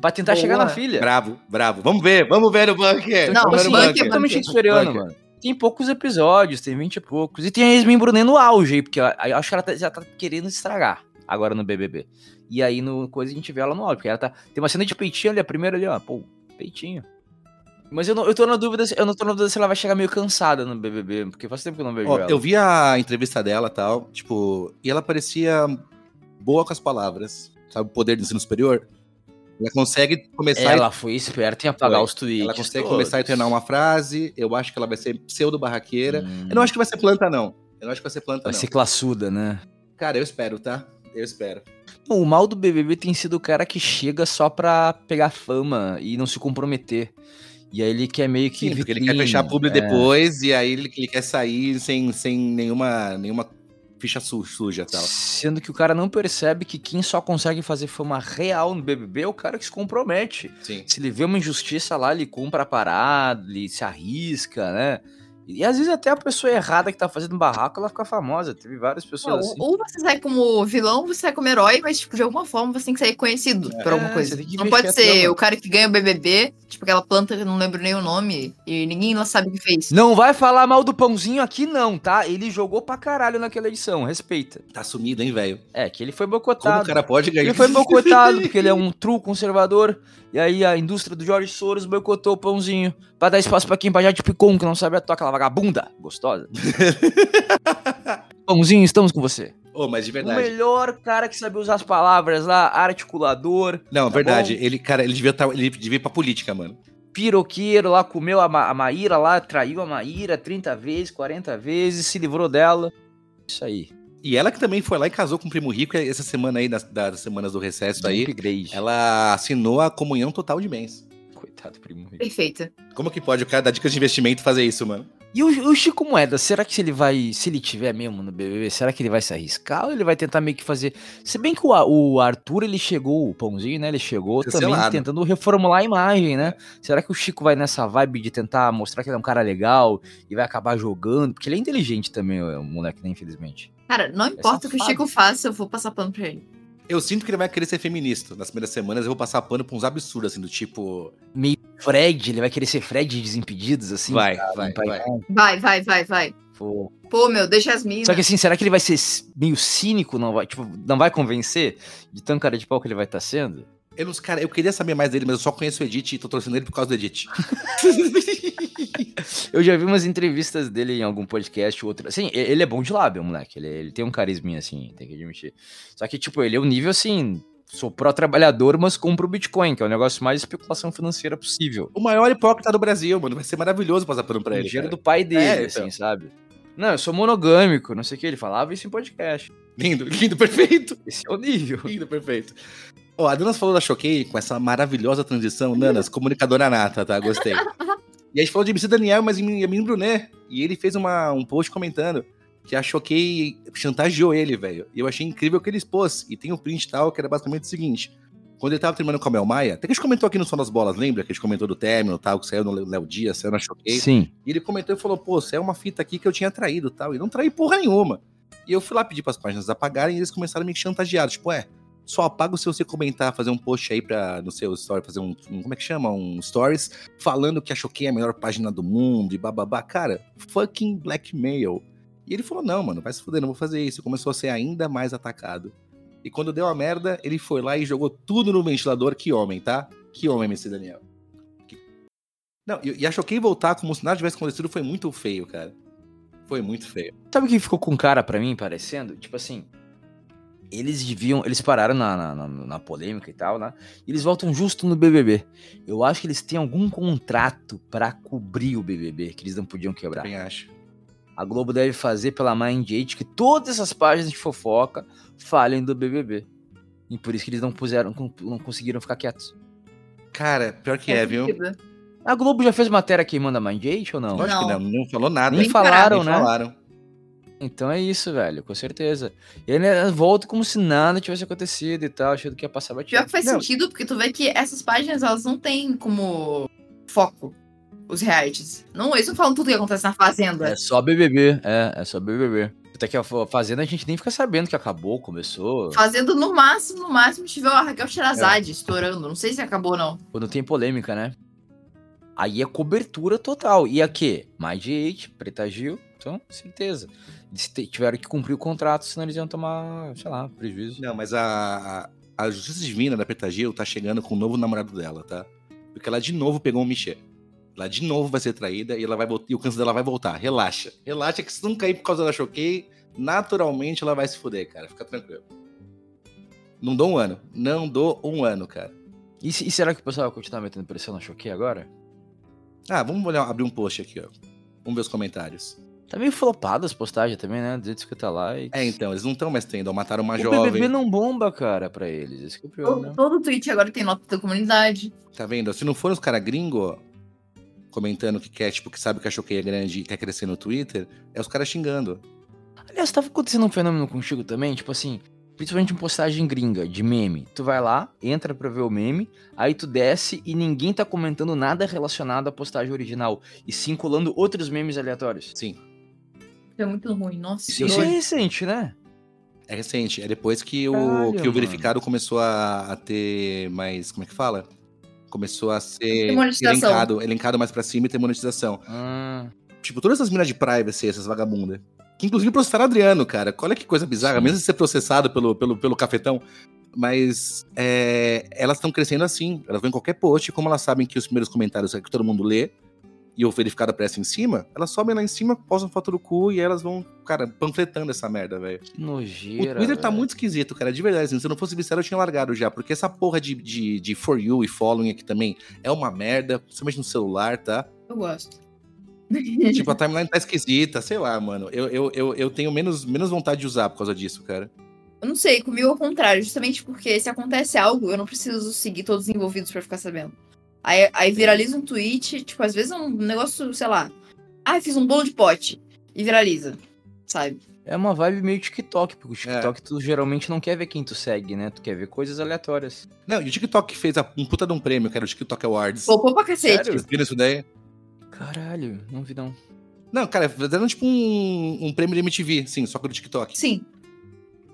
Pra tentar Boa. chegar na filha. Bravo, bravo. Vamos ver, vamos ver o bunker. Não, vamos mas ver o sim, é bunker. totalmente shakespeareano, Bunker. mano. Tem poucos episódios, tem 20 e poucos. E tem a Yasmin Brunet no auge, aí, porque a- a- eu acho que ela tá- já tá querendo estragar agora no BBB. E aí no coisa a gente vê ela no auge, porque ela tá. Tem uma cena de peitinho ali, a primeira ali, ó. Pô, peitinho. Mas eu, não, eu tô na dúvida, se- eu não tô na dúvida se ela vai chegar meio cansada no BBB, porque faz tempo que eu não vejo Ó, ela. eu vi a entrevista dela e tal, tipo, e ela parecia boa com as palavras. Sabe, o poder do ensino superior? Ela consegue começar Ela foi esperta em apagar Foi. os tweets. Ela consegue todos. começar a treinar uma frase. Eu acho que ela vai ser pseudo-barraqueira. Hum, Eu não acho que vai ser planta, não. Eu não acho que vai ser planta, vai não. ser classuda, né? Cara, eu espero, tá? Eu espero. O mal do BBB tem sido o cara que chega só pra pegar fama e não se comprometer. E aí ele quer meio que. Sim, porque ele quer vitrine, fechar publi é. depois e aí ele, ele quer sair sem, sem nenhuma, nenhuma ficha su- suja tal. Sendo que o cara não percebe que quem só consegue fazer fama real no BBB é o cara que se compromete. Sim. Se ele vê uma injustiça lá, ele compra a parada, ele se arrisca, né? E às vezes até a pessoa errada que tá fazendo barraco, ela fica famosa. Teve várias Não, pessoas assim. Ou você sai como vilão, ou você sai como herói, mas, tipo, de alguma forma você tem que sair conhecido por alguma É, coisa. você tem que Não investir pode a ser trama. o cara que ganha o BBB, tipo, aquela planta que eu não lembro nem o nome, e ninguém lá sabe o que fez. Não vai falar mal do pãozinho aqui, não, tá? Ele jogou pra caralho naquela edição, respeita. Tá sumido, hein, velho? É, que ele foi Como boicotado. o cara pode ganhar? Ele foi boicotado, porque ele é um true conservador. E aí a indústria do Jorge Soros boicotou o pãozinho pra dar espaço pra quem já de picom, que não sabe atuar aquela vagabunda gostosa. pãozinho, estamos com você. Ô, mas de O verdade. melhor cara que sabe usar as palavras lá, articulador, Não, Tá verdade. bom. Ele, cara, ele devia, tá, ele devia ir pra política, mano. piroqueiro lá, comeu a, Ma a Maíra lá, traiu a Maíra 30 vezes, 40 vezes, se livrou dela. Isso aí. E ela que também foi lá e casou com o primo rico essa semana aí, das, das semanas do recesso aí. é um Upgrade. Ela assinou a comunhão total de bens. Coitado, primo. é Perfeita. Como que pode o cara dar dicas de investimento e fazer isso, mano? E o, o Chico Moeda, será que se ele vai, se ele tiver mesmo no BBB, será que ele vai se arriscar ou ele vai tentar meio que fazer? Se bem que o, A- o Arthur, ele chegou, o Pãozinho, né, ele chegou também Cancelado. tentando reformular a imagem, né? Será que o Chico vai nessa vibe de tentar mostrar que ele é um cara legal e vai acabar jogando? Porque ele é inteligente também, o o moleque, né, infelizmente. Cara, não importa o que o safado. Chico faça, eu vou passar pano pra ele. Eu sinto que ele vai querer ser feminista. Nas primeiras semanas eu vou passar pano pra uns absurdos, assim, do tipo. Fred, ele vai querer ser Fred de Desimpedidos, assim? vai, sabe? vai, Vai- vai, Vai, vai, vai, vai. Pô, Pô, meu, deixa as minas. Só que assim, será que ele vai ser c- meio cínico? Não vai, tipo, não vai convencer de tão cara de pau que ele vai estar sendo? Eu, não- cara, eu queria saber mais dele, mas eu só conheço o Edith e tô torcendo ele por causa do Edith. Eu já vi umas entrevistas dele em algum podcast, outro. Assim, e- ele é bom de lábio, moleque. Ele, ele tem um carisminha, assim, tem que admitir. Só que, tipo, ele é um nível assim. Sou pró-trabalhador, mas compro o Bitcoin, que é o negócio mais especulação financeira possível. o maior hipócrita do Brasil, mano. Vai ser maravilhoso passar pano pra O ele. dinheiro do cara. pai dele, É, assim, então. sabe? Não, eu sou monogâmico, não sei o que. Ele falava isso em podcast. Lindo, lindo, perfeito. Esse é o nível. Lindo, perfeito. Ó, a Danas falou da Choquei com essa maravilhosa transição. Nanas, comunicadora nata, tá? Gostei. E a gente falou de MC Daniel, mas em Yamin Brunet. E ele fez uma, um post comentando. que achou que chantageou ele, velho. E eu achei incrível o que ele expôs. E tem um print e tal, que era basicamente o seguinte. Quando ele tava terminando com a Mel Maia, até que a gente comentou aqui no Som das Bolas, lembra? Que a gente comentou do término e tal, que saiu no Léo Dias, saiu na Choquei. Sim. E ele comentou e falou, pô, saiu uma fita aqui que eu tinha traído e tal. E não traí porra nenhuma. E eu fui lá pedir pras páginas apagarem e eles começaram a me chantagear. Tipo, é, só apago se você comentar, fazer um post aí pra, no seu story, fazer um, um- como é que chama? Um stories, falando que a Choquei é a melhor página do mundo e bababá. Cara, fucking blackmail. E ele falou, não, mano, vai se fuder, não vou fazer isso. E Começou a ser ainda mais atacado. E quando deu a merda, ele foi lá e jogou tudo no ventilador. Que homem, tá? Que homem, MC Daniel. Que- Não, e, e a Choquei voltar como se nada tivesse acontecido foi muito feio, cara. Foi muito feio. Sabe o que ficou com cara pra mim, parecendo? Tipo assim, eles deviam. Eles pararam na, na, na- na polêmica e tal, né? E eles voltam justo no BBB. Eu acho que eles têm algum contrato pra cobrir o BBB, que eles não podiam quebrar. Quem acha? A Globo deve fazer pela Mind 8 que todas essas páginas de fofoca falem do BBB. E por isso que eles não puseram, não conseguiram ficar quietos. Cara, pior que é, viu? A Globo já fez matéria queimando a Mind 8 ou não? Lógico que Não. não, não falou nada. Nem falaram, Nem né? falaram. Então é isso, velho, com certeza. E ele né, volta como se nada tivesse acontecido e tal, achando que ia passar Pior batido. que faz Não. sentido, porque tu vê que essas páginas, elas não têm como foco os realities. Não, eles não falam tudo que acontece na Fazenda. É só BBB, é, é só BBB. Até que a fa- Fazenda a gente nem fica sabendo que acabou, começou. Fazenda, no máximo, no máximo, tiver a Raquel Sherazade estourando. Não sei se acabou, não. Quando tem polêmica, né? Aí é cobertura total. E aqui, mais de 8, Preta Gil, então, certeza. Eles te- tiveram que cumprir o contrato, senão eles iam tomar, sei lá, prejuízo. Não, mas a, a Justiça Divina da Preta Gil tá chegando com o novo namorado dela, tá? Porque ela de novo pegou o Michel. Ela de novo vai ser traída e, ela vai, vol- e o câncer dela vai voltar. Relaxa. Relaxa que se não cair por causa da choquei, naturalmente ela vai se fuder, cara. Fica tranquilo. Não dou um ano. Não dou um ano, cara. E, se- e será que o pessoal vai continuar metendo pressão na Choquei agora? Ah, vamos olhar, abrir um post aqui, ó. Vamos ver os comentários. Tá meio flopado as postagens também, né? 250 likes. É, então, eles não estão mais tendo. ó, Mataram uma o jovem. BBB não bomba, cara, pra eles. Isso que é o pior, né? Todo, todo tweet agora tem nota da comunidade. Tá vendo? Se não for os caras gringos comentando que quer, tipo, que sabe que a Choquei é grande e quer crescer no Twitter, é os caras xingando. Aliás, tava acontecendo um fenômeno contigo também, tipo assim, principalmente em postagem gringa, de meme. Tu vai lá, entra pra ver o meme, aí tu desce e ninguém tá comentando nada relacionado à postagem original, e sim colando outros memes aleatórios. Sim. É muito ruim, nossa. Sim, que Isso é nojo. recente, né? É recente. É depois que o, Caralho, que o mano. verificado começou a, a ter mais. Como é que fala? Começou a ser Tem monetização. elencado, elencado mais pra cima e ter monetização. Ah, Tipo, todas essas minas de privacy, essas vagabundas. Que inclusive processaram o Adriano, cara. Olha que coisa bizarra, Sim. mesmo de ser processado pelo, pelo, pelo cafetão. Mas é, elas estão crescendo assim. Elas vão em qualquer post, como elas sabem que os primeiros comentários é que todo mundo lê e o verificado aparece em cima, elas sobem lá em cima, postam foto do cu e elas vão, cara, panfletando essa merda, velho. que né? O nojeira. Twitter tá velho. muito esquisito, cara, de verdade. assim, se eu não fosse sincero, eu tinha largado já, porque essa porra de, de, de For You e Following aqui também é uma merda, principalmente no celular, tá? Eu gosto. Tipo, a timeline tá esquisita, sei lá, mano. Eu, eu, eu, eu tenho menos, menos vontade de usar por causa disso, cara. Eu não sei, comigo é o contrário, justamente porque se acontece algo, eu não preciso seguir todos os envolvidos pra ficar sabendo. Aí, aí viraliza um tweet, tipo, às vezes é um negócio, sei lá. Ah, fiz um bolo de pote. E viraliza, sabe? É uma vibe meio TikTok, porque o É. TikTok tu geralmente não quer ver quem tu segue, né? Tu quer ver coisas aleatórias. Não, e o TikTok fez a, um puta de um prêmio, cara, o TikTok Awards. Poupou pra cacete. Vocês viram isso daí? Caralho, não vi não. Não, cara, fizeram tipo um, um prêmio de MTV, sim, só que do TikTok. Sim.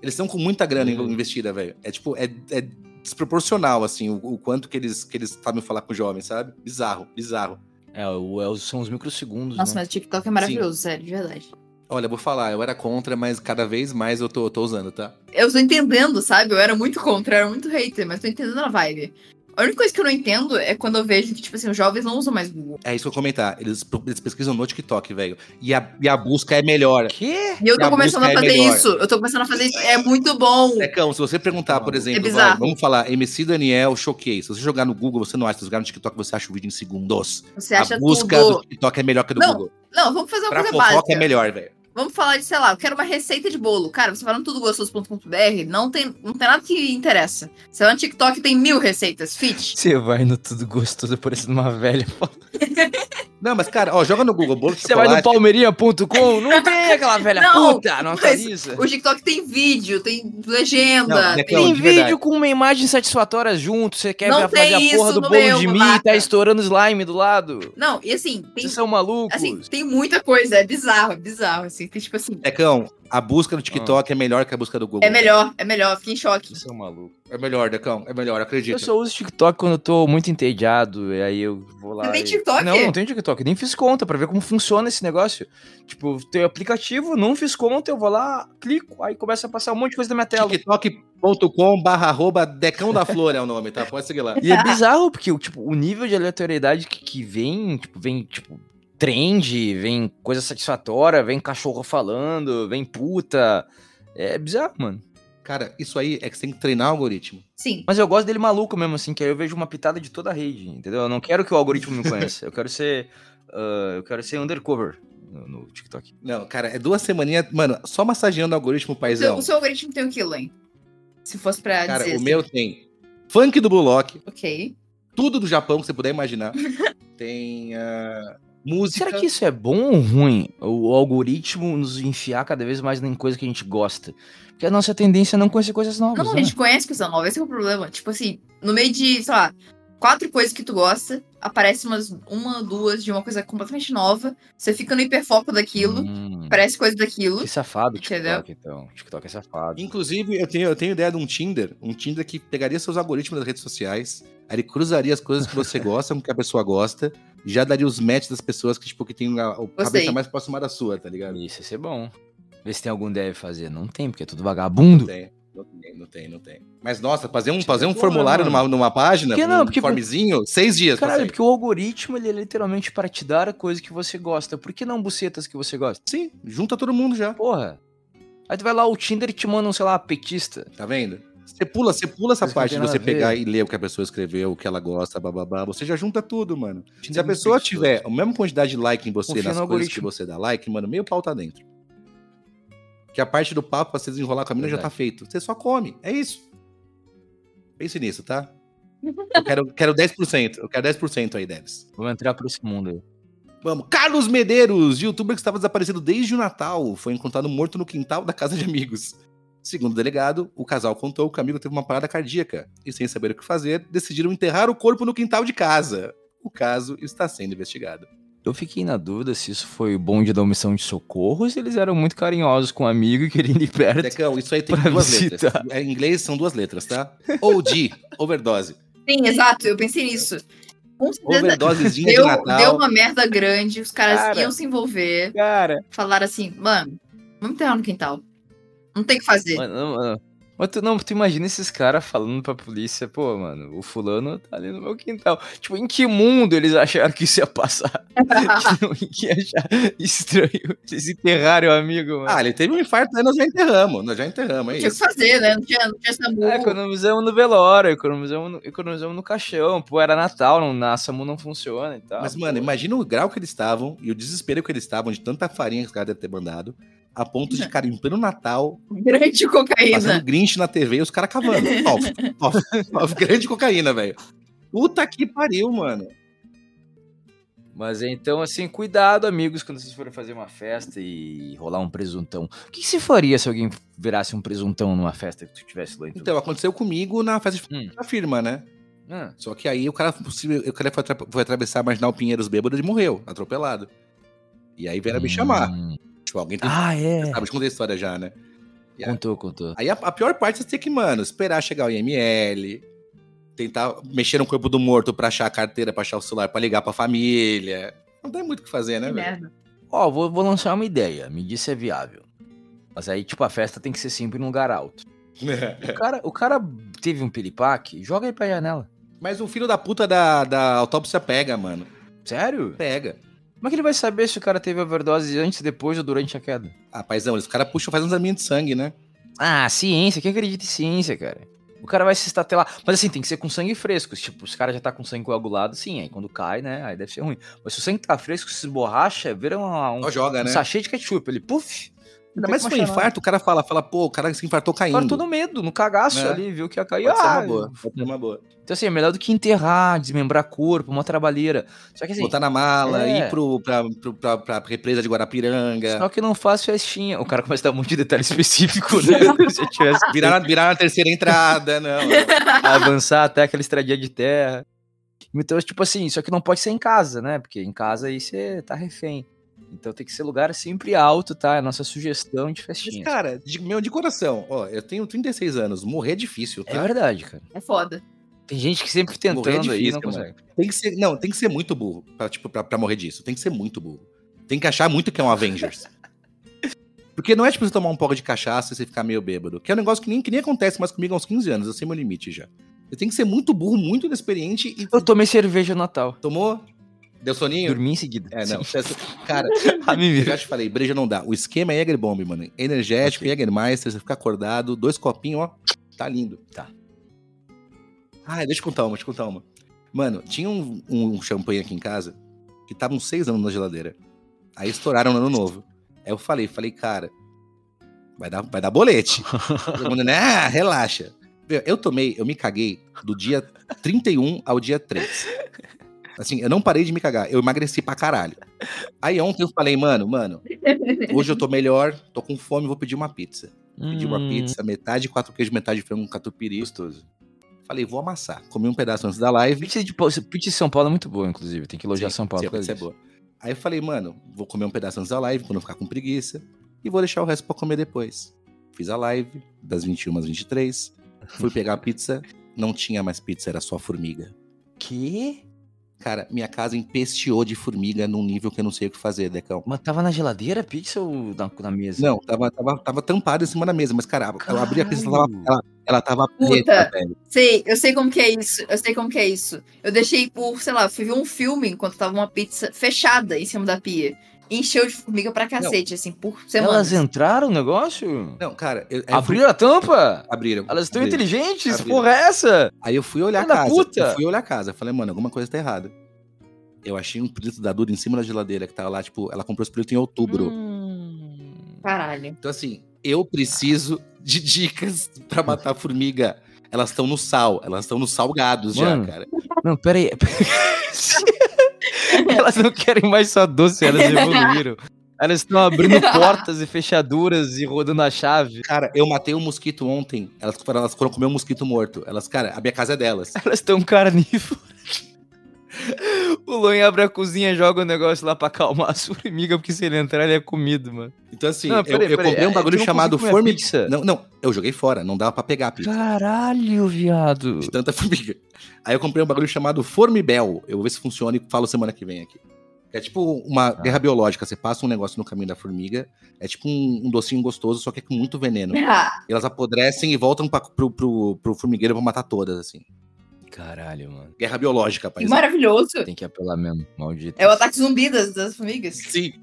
Eles estão com muita grana Uhum. investida, velho. É tipo, é, é desproporcional, assim, o, o quanto que eles, que eles sabem falar com o jovem, sabe? Bizarro, bizarro. É, o, é os- são os microsegundos, Nossa, né? mas o TikTok é maravilhoso, sério, de verdade. Olha, eu vou falar, eu era contra, mas cada vez mais eu tô, eu tô usando, tá? Eu tô entendendo, sabe? Eu era muito contra, eu era muito hater, mas tô entendendo a vibe. A única coisa que eu não entendo é quando eu vejo que, tipo assim, os jovens não usam mais Google. É isso que eu vou comentar. Eles, eles pesquisam no TikTok, velho. E a, e a busca é melhor. Quê? E eu E tô a começando a busca é fazer melhor. isso. Eu tô começando a fazer isso. É muito bom. Tecão, se você perguntar, por exemplo, vai, É bizarro. vamos falar, MC Daniel Choquei. Se você jogar no Google, você não acha. Se você jogar no TikTok, você acha o vídeo em segundos. Você acha a busca tudo. do TikTok é melhor que a do Não, Google. Não, vamos fazer uma Pra coisa fofoca básica. é melhor, velho. Vamos falar de, sei lá, eu quero uma receita de bolo. Cara, você vai no tudogostoso.com.br, não tem, não tem nada que interessa. Você vai no TikTok, tem mil receitas. Fit. Você vai no tudo gostoso parecendo uma velha. Não, mas cara, ó, joga no Google bolo de Você vai no chocolate. palmeirinha.com, não tem aquela velha Não, puta, não mas atualiza. O TikTok tem vídeo, tem legenda. Não, é tem- Não, Tem de vídeo verdade. com uma imagem satisfatória junto, você quer Não ver- tem fazer a isso porra do no bolo meu, de mim e babaca. tá estourando slime do lado. Não, e assim, tem, Vocês são malucos. assim, tem muita coisa, é bizarro, é bizarro. Assim, tem, tipo assim, Decão, a busca Ah. no TikTok é melhor que a busca do Google. é melhor, é melhor, fiquei em choque. Vocês são malucos. É melhor, Decão, é melhor, Eu acredito. só uso TikTok quando eu tô muito entediado, e aí eu vou lá. Você tem e- TikTok? Não, não tenho TikTok. Nem fiz conta pra ver como funciona esse negócio. Tipo, tem aplicativo, não fiz conta, eu vou lá, clico, aí começa a passar um monte de coisa na minha tela. TikTok.com barra arroba Decão da Flor é o nome, tá? Pode seguir lá. E é bizarro, porque o, tipo, o nível de aleatoriedade que, que vem, tipo, vem, tipo, trend, vem coisa satisfatória, vem cachorro falando, vem puta. É bizarro, mano. Cara, isso aí é que você tem que treinar o algoritmo. Sim. Mas eu gosto dele maluco mesmo, assim, que aí eu vejo uma pitada de toda a rede, entendeu? Eu não quero que o algoritmo me conheça. Eu quero ser. ah, eu quero ser undercover no, no TikTok. Não, cara, é duas semaninhas. Mano, só massageando o algoritmo, O seu, paizão. o seu algoritmo tem o quilo, hein? Se fosse pra Cara, dizer. o assim, meu tem funk do Bullock, Ok. tudo do Japão que você puder imaginar. tem ah, música. Será que isso é bom ou ruim? O algoritmo nos enfiar cada vez mais em coisa que a gente gosta? Porque a nossa tendência é não conhecer coisas novas. Não, tipo a né? gente conhece coisa nova, esse é o problema. Tipo assim, no meio de, sei lá, quatro coisas que tu gosta, aparece umas uma, duas de uma coisa completamente nova. Você fica no hiperfoco daquilo, Hum. aparece coisa daquilo. Que safado o Entendeu? TikTok, então. TikTok é safado. Inclusive, eu tenho, eu tenho ideia de um Tinder. Um Tinder que pegaria seus algoritmos das redes sociais, aí ele cruzaria as coisas que você gosta com o que a pessoa gosta, e já daria os matches das pessoas que, tipo, que tem a, a cabeça mais próxima da sua, tá ligado? Isso ia ser bom. Vê se tem algum deve fazer. Não tem, porque é tudo Não vagabundo. tem, não tem, não tem, não tem. Mas, nossa, fazer um, Isso fazer é um bom, formulário né, numa, numa página, Por que não? um Porque- formezinho, seis dias pra Caralho, sair. porque o algoritmo, ele é literalmente para te dar a coisa que você gosta. Por que não bucetas que você gosta? Sim, junta todo mundo já, Porra. Aí tu vai lá, o Tinder te manda um, sei lá, petista. tá vendo? Você pula, você pula essa Mas não parte de tem você nada a ver. pegar e ler o que a pessoa escreveu, o que ela gosta, bababá. Você já junta tudo, mano. Tinder Se a é muito pessoa preguiçoso. tiver a mesma quantidade de like em você Confia nas no coisas que algoritmo. você dá like, mano, meio pau tá dentro. Que a parte do papo pra você desenrolar com a mina já tá Verdade. feito. Você só come. É isso. Pense nisso, tá? Eu quero, quero 10%. Eu quero 10% aí, Debs. Vamos entrar pra esse mundo aí. Vamos. Carlos Medeiros, youtuber que estava desaparecido desde o Natal, foi encontrado morto no quintal da casa de amigos. Segundo o delegado, o casal contou que o amigo teve uma parada cardíaca e, sem saber o que fazer, decidiram enterrar o corpo no quintal de casa. O caso está sendo investigado. Eu fiquei na dúvida se isso foi bom de dar omissão de socorro ou se eles eram muito carinhosos com o amigo e queriam ir perto. Decão, isso aí tem Pra duas visitar. letras. É, Em inglês são duas letras, tá? OD, overdose. Sim, exato, eu pensei nisso. Com certeza Overdosezinha de deu, Natal. deu uma merda grande, os caras Cara. iam se envolver, Cara. falaram assim, mano, vamos enterrar no quintal. Não tem o que fazer. Mano, mano. Mas tu, não, tu imagina esses caras falando pra polícia, pô, mano, o fulano tá ali no meu quintal. Tipo, em que mundo eles acharam que isso ia passar? Não, em que achar estranho eles enterrarem o amigo, mano. Ah, ele teve um infarto, aí nós já enterramos. Nós já enterramos, é Não tinha o que isso. É, fazer, né? Não tinha, não tinha SAMU. Ah, economizamos no velório, economizamos no, economizamos no caixão, pô, era Natal, não, na SAMU não funciona e tal. Mas, mano, pô. imagina o grau que eles estavam e o desespero que eles estavam de tanta farinha que os caras devem ter mandado, a ponto de, cara, em pleno Natal, Grande fazendo cocaína. grinch na TV e os caras cavando. Off, off, off, grande cocaína, velho. Puta que pariu, mano. Mas então, assim, cuidado, amigos, quando vocês forem fazer uma festa e rolar um presuntão. O que, que se faria se alguém virasse um presuntão numa festa que tu tivesse lá em Então, aconteceu comigo na festa de Hum. da firma, né? Ah, Só que aí o cara, o cara foi, atra- foi atravessar a Marginal Pinheiros bêbado e morreu, atropelado. E aí vieram me chamar. hum. Tipo, alguém tem Ah, é. sabe, eu te contei a história já, né? Contou, contou. Aí a, a pior parte é você ter que, mano, esperar chegar o IML, tentar mexer no corpo do morto pra achar a carteira, pra achar o celular, pra ligar pra família. Não tem muito o que fazer, né, Que velho? merda. Ó, vou, vou lançar uma ideia. Me diz se é viável. Mas aí, tipo, a festa tem que ser sempre num lugar alto. O cara, o cara teve um piripaque, joga ele pra janela. Mas o filho da puta da, da autópsia pega, mano. Sério? Pega. Como é que ele vai saber se o cara teve overdose antes, depois ou durante a queda? Ah, paizão, os caras puxam, fazem um exame de sangue, né? Ah, ciência. Quem acredita em ciência, cara? O cara vai se estatelar. Mas assim, tem que ser com sangue fresco. Tipo, os caras já tá com sangue coagulado, sim. Aí quando cai, né? Aí deve ser ruim. Mas se o sangue tá fresco, se borracha, vira uma- um, Só joga, um né? sachê de ketchup. Ele, puf, Ainda mais se foi um infarto, o cara fala, fala, pô, o cara se infartou caindo. Agora tô no medo, no cagaço Né? ali, viu que ia cair. Pode ser ah, uma boa, pode ser uma boa. Então assim, é melhor do que enterrar, desmembrar corpo, uma trabalheira. Só que assim, Botar na mala, é. ir pro, pra, pro- pra- pra represa de Guarapiranga, só que não faz festinha. O cara começa a dar um monte de detalhe específico, né? Se eu tivesse virar, na- virar na terceira entrada, não. avançar até aquela estradinha de terra. Então, tipo assim, só que não pode ser em casa, né? Porque em casa aí você tá refém. Então tem que ser lugar sempre alto, tá? É a nossa sugestão de Mas, festinha. cara, de, meu, de coração, ó, eu tenho 36 anos, morrer é difícil, É tá? verdade, cara. É foda. Tem gente que sempre tentando Morrer é aí, né, não difícil, mano. consegue. Tem que ser, não, tem que ser muito burro pra, tipo, pra, pra morrer disso. Tem que ser muito burro. Tem que achar muito que é um Avengers. Porque não é tipo você tomar um pouco de cachaça e você ficar meio bêbado. Que é um negócio que nem, que nem acontece mais comigo há uns 15 anos. Eu sei meu limite já. Você tem que ser muito burro, muito inexperiente e Eu tomei cerveja no Natal. tomou. Deu soninho? Dormi em seguida. É, não. Ah, Cara, A mim eu já te falei, breja não dá. O esquema é Jäger Bomb, mano. Energético, Jägermeister, você fica acordado, dois copinhos, ó. Tá lindo. Tá. Ah, deixa eu contar uma, deixa eu contar uma. Mano, tinha um, um champanhe aqui em casa que tava uns seis anos na geladeira. Aí estouraram no ano novo. Aí eu falei, falei, cara, vai dar, vai dar bolete. Todo mundo, né? Ah, relaxa. Meu, Eu tomei, eu me caguei do dia 31 ao dia 3. Assim, eu não parei de me cagar, eu emagreci pra caralho. Aí ontem eu falei, mano, mano, hoje eu tô melhor, tô com fome, vou pedir uma pizza. Pedi uma Hum. pizza, metade quatro queijos, metade frango com catupiry. Gostoso. Falei, vou amassar. Comi um pedaço antes da live. Pizza de, Pau- pizza de São Paulo é muito boa, inclusive. Tem que elogiar Sim, São Paulo. sim, a por causa pizza é disso. boa. Aí eu falei, mano, vou comer um pedaço antes da live, quando eu ficar com preguiça, e vou deixar o resto pra comer depois. Fiz a live, das 21 às 23, fui pegar a pizza, não tinha mais pizza, era só formiga. Que? Cara, minha casa empesteou de formiga num nível que eu não sei o que fazer, Decão. Mas tava na geladeira a pizza ou na, na mesa? Não, tava, tava, tava tampada em cima da mesa, mas cara, eu abri a pizza, ela tava, Caralho. ela, ela tava Puta. preta, velho. Sei, eu sei como que é isso. Eu sei como que é isso. Eu deixei por, sei lá, fui ver um filme enquanto tava uma pizza fechada em cima da pia. E encheu de formiga pra cacete, assim, por semanas. Elas entraram no negócio? Não, cara, eu, aí eu fui- Abriram a tampa? abriram. Elas estão É abriram. inteligentes? Abriram. Porra, é essa? Aí eu fui olhar a Filha da casa. puta! Eu fui olhar a casa. Falei, mano, alguma coisa tá errada. Eu achei um preto da Duda em cima da geladeira que tava lá, tipo, ela comprou esse preto em outubro. Hum. Caralho. Então, assim, eu preciso de dicas Hum. pra matar formiga. Elas estão no sal, elas estão nos salgados Mano. já, cara. Não, pera aí. elas não querem mais só doce, elas evoluíram. Elas estão abrindo portas e fechaduras e rodando a chave. Cara, eu matei um mosquito ontem. Elas, foram- elas foram comer um mosquito morto. Elas, cara, a minha casa é delas. Elas estão carnívoras. O Loen abre a cozinha, joga o negócio lá pra acalmar a formiga, porque se ele entrar, ele é comido, mano. Então, assim, Não, eu, peraí, eu peraí, comprei um é, bagulho eu não chamado consigo comer formiga. pizza. Não, não, eu joguei fora, não dava pra pegar a pizza. Caralho, viado. de tanta formiga. Aí eu comprei um bagulho chamado Formibel. Eu vou ver se funciona e falo semana que vem aqui. É tipo uma guerra biológica. Você passa um negócio no caminho da formiga. É tipo um, um docinho gostoso, só que é com muito veneno. E Ah, elas apodrecem e voltam pra, pro, pro, pro formigueiro pra matar todas, assim. Caralho, mano. Guerra biológica, que rapaz. maravilhoso. Tem que apelar mesmo, maldito. É o ataque zumbi das, das formigas. Sim.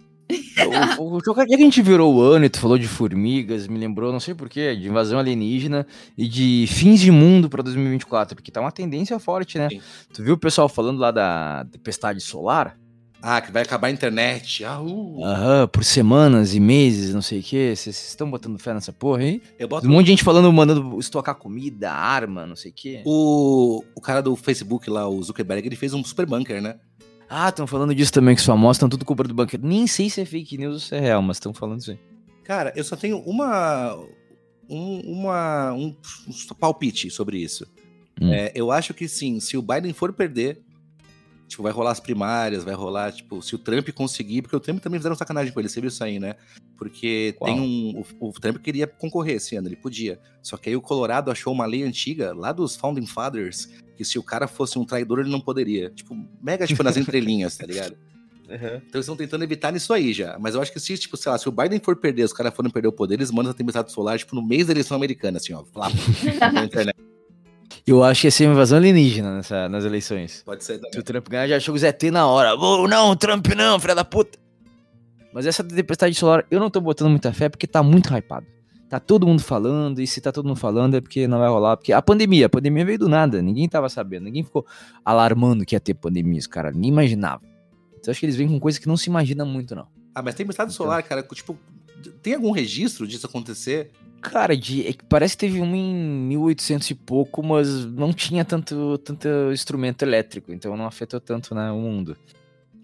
O, o, o que a gente virou o ano e tu falou de formigas, me lembrou, não sei porquê, de invasão alienígena e de fins de mundo pra 2024, porque tá uma tendência forte, né? Sim. Tu viu o pessoal falando lá da tempestade solar? Ah, que vai acabar a internet. Ah, uh. Aham, por semanas e meses, não sei o quê. Vocês estão botando fé nessa porra aí? Eu boto Um monte de gente falando, mandando estocar comida, arma, não sei o quê. o, o cara do Facebook lá, o Zuckerberg, ele fez um super bunker, né? Ah, estão falando disso também, que os famosos estão tudo culpa do banqueiro. Nem sei se é fake news ou se é real, mas estão falando isso aí. Cara, eu só tenho uma. Um, uma, um palpite sobre isso. Hum. É, eu acho que sim, se o Biden for perder, tipo, vai rolar as primárias, vai rolar, tipo, se o Trump conseguir, porque o Trump também fizeram sacanagem com ele, você viu isso aí, né? Porque Qual? tem um. O, o Trump queria concorrer esse ano, ele podia. Só que aí o Colorado achou uma lei antiga, lá dos Founding Fathers, que se o cara fosse um traidor, ele não poderia. Tipo, mega, tipo, nas entrelinhas, tá ligado? Então eles estão tentando evitar nisso aí já. Mas eu acho que se, tipo, sei lá, se o Biden for perder, os caras forem perder o poder, eles mandam a tempestade solar, tipo, no mês da eleição americana, assim, ó. Lá, na internet. Eu acho que ia ser uma invasão alienígena nessa- nas eleições. Pode ser Se também. o Trump ganhar, já chega o ZT na hora. Ô, não, Trump não, filha da puta. Mas essa tempestade solar, eu não tô botando muita fé porque tá muito hypado. Tá todo mundo falando, e se tá todo mundo falando é porque não vai rolar. Porque a pandemia, a pandemia veio do nada, ninguém tava sabendo, ninguém ficou alarmando que ia ter pandemia, os caras, ninguém imaginava. Então acho que eles vêm com coisa que não se imagina muito, não. Ah, mas tempestade solar, cara, tipo, Tem algum registro disso acontecer? Cara, de, é que parece que teve um em 1800 e pouco, mas não tinha tanto, tanto instrumento elétrico, então não afetou tanto né, o mundo.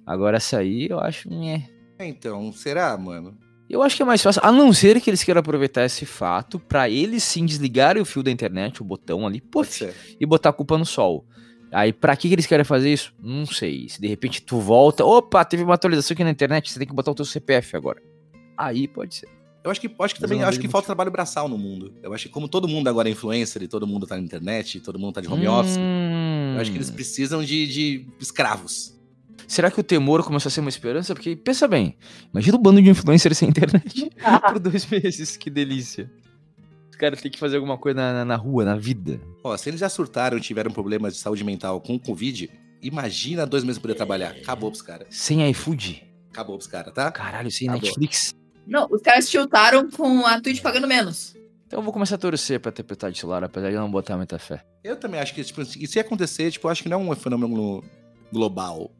Agora essa aí eu acho. nhé. É, Então, será, mano? Eu acho que é mais fácil, a não ser que eles queiram aproveitar esse fato pra eles sim desligarem o fio da internet, o botão ali, Pode puf, ser. e botar a culpa no sol. Aí, pra que, que eles querem fazer isso? Não sei. Se de repente tu volta, opa, teve uma atualização aqui na internet, você tem que botar o teu CPF agora. Aí pode ser. Eu acho que, acho que Mas também eu não acho vejo que falta trabalho braçal no mundo. Eu acho que como todo mundo agora é influencer e todo mundo tá na internet, todo mundo tá de home office, Hum. eu acho que eles precisam de, de escravos. Será que o temor começou a ser uma esperança? Porque, pensa bem, imagina o bando de influencers sem internet Ah. por dois meses, que delícia. Os caras têm que fazer alguma coisa na, na- na rua, na vida. Ó, se eles já surtaram e tiveram problemas de saúde mental com o Covid, imagina dois meses poder trabalhar. Acabou pros caras. Sem iFood? Acabou pros caras, tá? Caralho, sem Acabou. Netflix? Não, os caras tiltaram com a Twitch pagando menos. Então eu vou começar a torcer pra ter petado de celular, apesar de eu não botar muita fé. Eu também acho que, tipo, e se acontecer, tipo, eu acho que não é um fenômeno global.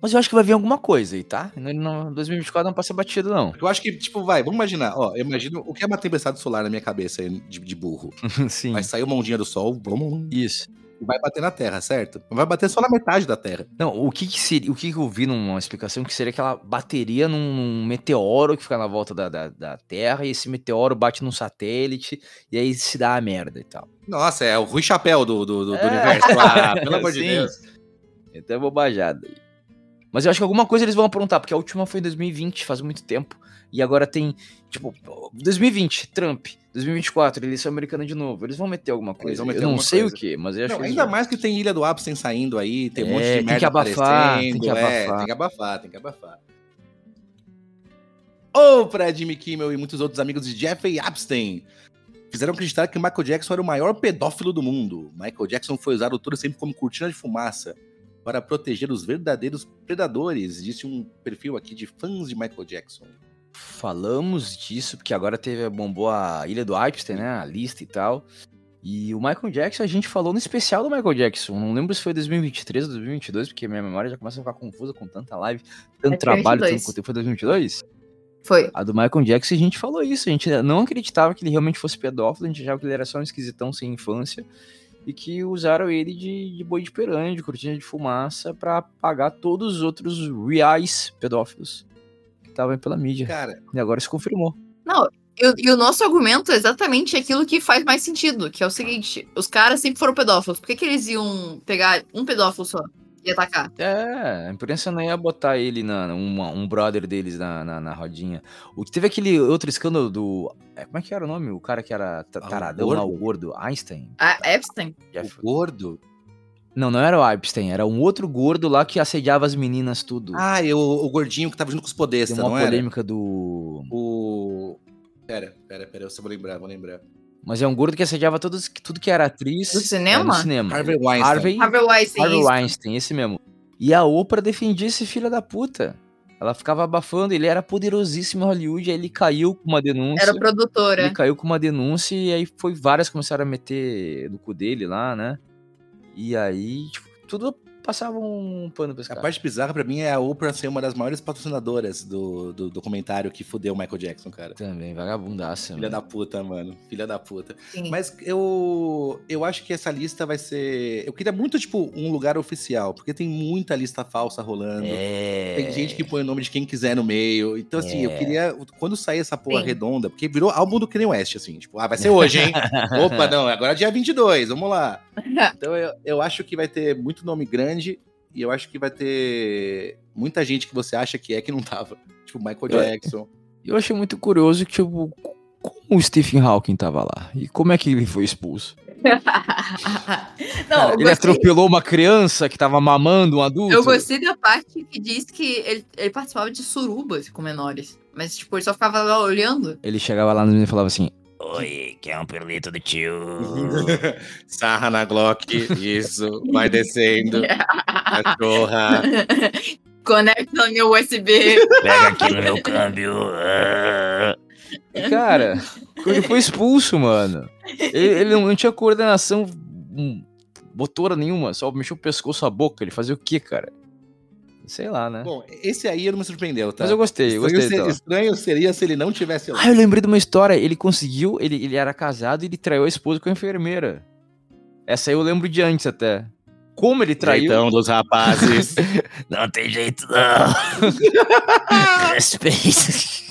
Mas eu acho que vai vir alguma coisa aí, tá? Não- não- 2024 não passa batido, não. Eu acho que, tipo, vai, vamos imaginar, ó, eu imagino o que é uma tempestade solar na minha cabeça aí de, de burro. Hum. Sim. Vai sair uma ondinha do sol, vamos, Isso. vai bater na Terra, certo? Vai bater só na metade da Terra. Não, o que que seria, o que que eu vi numa explicação que seria aquela bateria num, num meteoro que fica na volta da, da, da Terra e esse meteoro bate num satélite e aí se dá a merda e tal. Nossa, é o Rui Chapéu do, do, do- do É. universo. Ah, pelo amor de Sim. Deus. Então é bobajada aí. Mas eu acho que alguma coisa eles vão aprontar, porque a última foi em 2020, faz muito tempo. E agora tem, tipo, 2020, Trump. 2024, eleição americana de novo. Eles vão meter alguma coisa. vão meter eu não alguma sei coisa. o que, mas eu acho Não, que. eles ainda vão. mais que tem Ilha do Absem saindo aí, tem um monte É, de tem merda que abafar, tem aparecendo. que É, abafar. tem que abafar, tem que abafar. Ou pra Jimmy Kimmel e muitos outros amigos de Jeffrey Epstein. Fizeram acreditar que Michael Jackson era o maior pedófilo do mundo. Michael Jackson foi usado todo sempre como cortina de fumaça para proteger os verdadeiros predadores, disse um perfil aqui de fãs de Michael Jackson. Falamos disso, porque agora teve bombou a Ilha do Einstein, né? A lista e tal. E o Michael Jackson, a gente falou no especial do Michael Jackson. Não lembro se foi 2023 ou 2022, porque minha memória já começa a ficar confusa com tanta live, tanto É trabalho, tanto 2022. conteúdo. Foi 2022? Foi. A do Michael Jackson, a gente falou isso. A gente não acreditava que ele realmente fosse pedófilo, a gente achava que ele era só um esquisitão sem infância. E que usaram ele de, de boi de perante, de cortina de fumaça, pra pagar todos os outros reais pedófilos que estavam aí pela mídia. Cara, E agora se confirmou. E, o- e o nosso argumento é exatamente aquilo que faz mais sentido, que é o seguinte: os caras sempre foram pedófilos. Por que, que eles iam pegar um pedófilo só e atacar? É, a imprensa não ia botar ele, na, uma- um brother deles na, na, na rodinha. O que teve aquele outro escândalo do. é, como é que era o nome? O cara que era ta- Ah, o taradão lá, o gordo? gordo, Einstein? A Epstein? Jeff- o gordo. Não, não era o Epstein, era um outro gordo lá que assediava as meninas tudo. Ah, e o, o gordinho que tava junto com os podestas, Tem não uma era? polêmica do. O. Pera, pera, pera, eu só vou lembrar, vou lembrar. Mas é um gordo que assediava todos, tudo que era atriz. Do é, cinema? no cinema. Harvey Weinstein. Harvey, Harvey, Harvey Weinstein. isso. Weinstein, esse mesmo. E a Oprah defendia esse filho da puta. Ela ficava abafando, ele era poderosíssimo em Hollywood, aí ele caiu com uma denúncia. Era produtora. Ele caiu com uma denúncia e aí foi várias começaram a meter no cu dele lá, né? E aí, tipo, tudo passava um pano pra esse A cara. parte bizarra pra mim é a Oprah ser uma das maiores patrocinadoras do, do documentário que fudeu o Michael Jackson, cara. Também, vagabundaça. Filha mano. da puta, mano. Filha da puta. Sim. Mas eu, eu acho que essa lista vai ser. Eu queria muito, tipo, um lugar oficial, porque tem muita lista falsa rolando. É. Tem gente que põe o nome de quem quiser no meio. Então, assim, eu É. queria. Quando sair essa porra Sim. redonda, porque virou álbum do Kanye West, assim, tipo, ah, vai ser hoje, hein? Opa, não, agora é dia 22, vamos lá. Então eu, eu acho que vai ter muito nome grande e eu acho que vai ter muita gente que você acha que é que não tava. Tipo Michael Eu- É. Jackson. Eu achei muito curioso que, tipo, co- como o Stephen Hawking tava lá? E como é que ele foi expulso? Não, é Cara, eu ele gostei- atropelou uma criança que tava mamando um adulto? Eu gostei da parte que diz que ele, ele participava de surubas com menores. Mas, tipo, ele só ficava lá olhando. Ele chegava lá no menino e falava assim, Oi, quer um pirulito do tio? Sarra na Glock, isso, vai descendo. Cachorra. Conecta no meu USB. Pega aqui no meu câmbio. Ah. cara, ele foi expulso, mano. Ele, ele não tinha coordenação hum, motora nenhuma, só mexeu o pescoço, a boca, ele fazia o quê, cara? Sei lá, né? Bom, esse aí não me surpreendeu, tá? Mas eu gostei, eu Estranho gostei. ser- Então. estranho seria se ele não tivesse lá. Ah, eu lembrei de uma história. Ele conseguiu, ele, ele era casado e ele traiu a esposa com a enfermeira. Essa aí eu lembro de antes até. Como ele traiu? Traidão dos rapazes. Então, Não tem jeito, não. Respeito.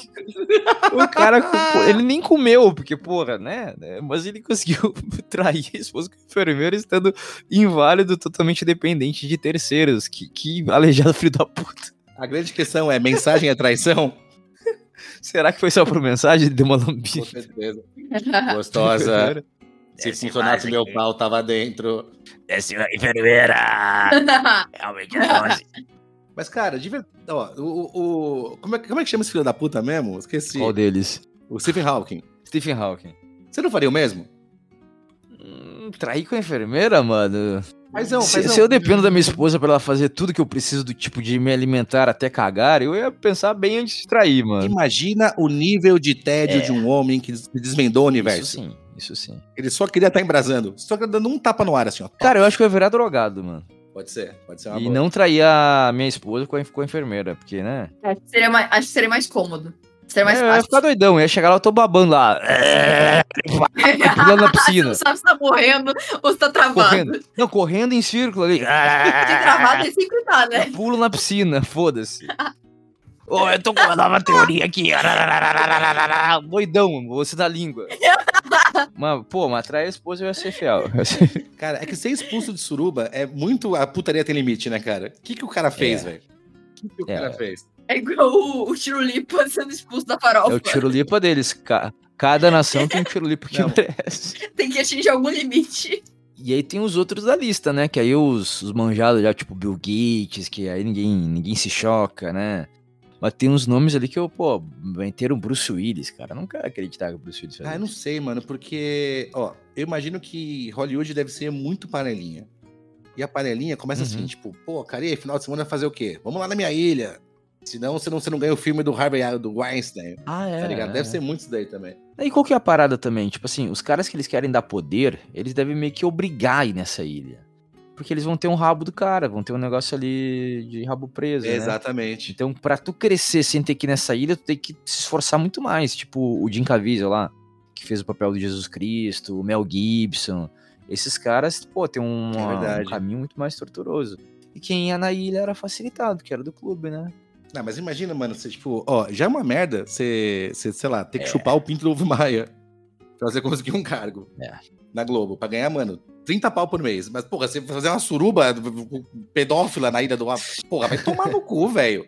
O cara, co- ele nem comeu, porque, porra, né? É, Mas ele conseguiu trair a esposa com a enfermeira estando inválido, totalmente dependente de terceiros. Que, que aleijado filho da puta. A grande questão é: mensagem é traição? Será que foi só por mensagem? Ele deu uma lambida. Com certeza. É Gostosa. Se Essa funcionasse imagem meu aí. pau, tava dentro. Desce uma enfermeira. Realmente é longe. Mas, cara, de verdade. Ó, o, o- o- como, é, que- como é que chama esse filho da puta mesmo? Esqueci. Qual deles? O Stephen Hawking. Stephen Hawking. Você não faria o mesmo? Hum, trair com a enfermeira, mano? Mas não, se, se eu dependo da minha esposa pra ela fazer tudo que eu preciso do tipo de me alimentar até cagar, eu ia pensar bem antes de trair, mano. Imagina o nível de É. tédio de um homem que des- desvendou o universo. Isso sim, isso sim. Ele só queria estar embrasando. Só que dando um tapa no ar, assim, ó. Cara, eu acho que eu ia virar drogado, mano. Pode ser, pode ser uma e boa. não trair a minha esposa com a, com a enfermeira, porque, né? Acho que seria mais, acho que seria mais cômodo. Seria mais É, eu ia fácil. ficar doidão, eu ia chegar lá, eu tô babando lá, é, pulando na Você piscina, não sabe se tá morrendo ou se tá travado. correndo. Não, correndo em círculo ali. Tem Ah. travado e sem cuidar, né? Pulo na piscina, foda-se. Ô, eu tô com uma nova teoria aqui. Doidão, você da língua. Mas, pô, mas trair a esposa eu ia ser fiel. Cara, é que ser expulso de suruba é muito. A putaria tem limite, né, cara? O que, que o cara fez, É. velho? O que, que o É. cara fez? É igual o, o Tirulipa sendo expulso da farofa. É o tirolipa deles. Ca- Cada nação tem um tirolipa que Não. merece. Tem que atingir algum limite. E aí tem os outros da lista, né? Que aí os, os manjados já, tipo Bill Gates, que aí ninguém, ninguém se choca, né? Mas tem uns nomes ali que eu, pô, vai ter um Bruce Willis, cara. Eu nunca ia acreditar que o Bruce Willis fez Ah, eu isso. não sei, mano, porque, ó, eu imagino que Hollywood deve ser muito panelinha. E a panelinha começa assim, Uhum. tipo, pô, cara, e aí, final de semana fazer o quê? Vamos lá na minha ilha. Senão você não, você não ganha o filme do Harvey do Weinstein, Ah, é. tá ligado? é. Deve ser muito isso daí também. E qual que é a parada também? Tipo assim, os caras que eles querem dar poder, eles devem meio que obrigar a ir nessa ilha. Porque eles vão ter um rabo do cara, vão ter um negócio ali de rabo preso. né? Exatamente. Então, pra tu crescer sem ter que ir nessa ilha, tu tem que se esforçar muito mais. Tipo o Jim Caviezel lá, que fez o papel do Jesus Cristo, o Mel Gibson. Esses caras, pô, tem um, É verdade. um caminho muito mais torturoso. E quem ia na ilha era facilitado, que era do clube, né? Não, mas imagina, mano, você, tipo, ó, já é uma merda você, você, sei lá, ter É. que chupar o pinto do Ovo Maia pra você conseguir um cargo É. na Globo, pra ganhar, mano, 30 pau por mês. Mas, porra, você fazer uma suruba pedófila na ilha do Ovo, porra, vai tomar no cu, velho.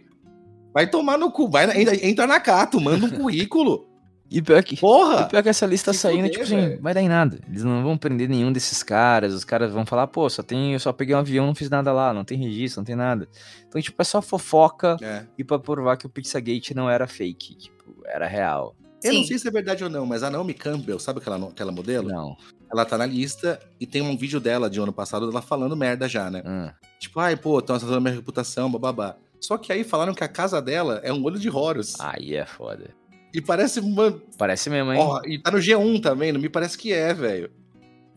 Vai tomar no cu, vai, na- entra- entra na Cato, manda um currículo. E pior que, e Porra! pior que essa lista tá Ah, se saindo, fuder, tipo assim, velho. não vai dar em nada. Eles não vão prender nenhum desses caras. Os caras vão falar, pô, só tem, eu só peguei um avião, não fiz nada lá, não tem registro, não tem nada. Então, tipo, é só fofoca É. e pra provar que o Pizzagate não era fake, tipo, era real. Eu não Sim. sei se é verdade ou não, mas a Naomi Campbell, sabe aquela, no- aquela modelo? Não. Ela tá na lista e tem um vídeo dela de ano passado, ela falando merda já, né? Ah. Tipo, ai, pô, estão assaltando minha reputação, bababá. Só que aí falaram que a casa dela é um olho de Horus. Aí é foda. E parece uma. Parece mesmo, hein? Ó, e tá no G1 também, não me parece que é, velho.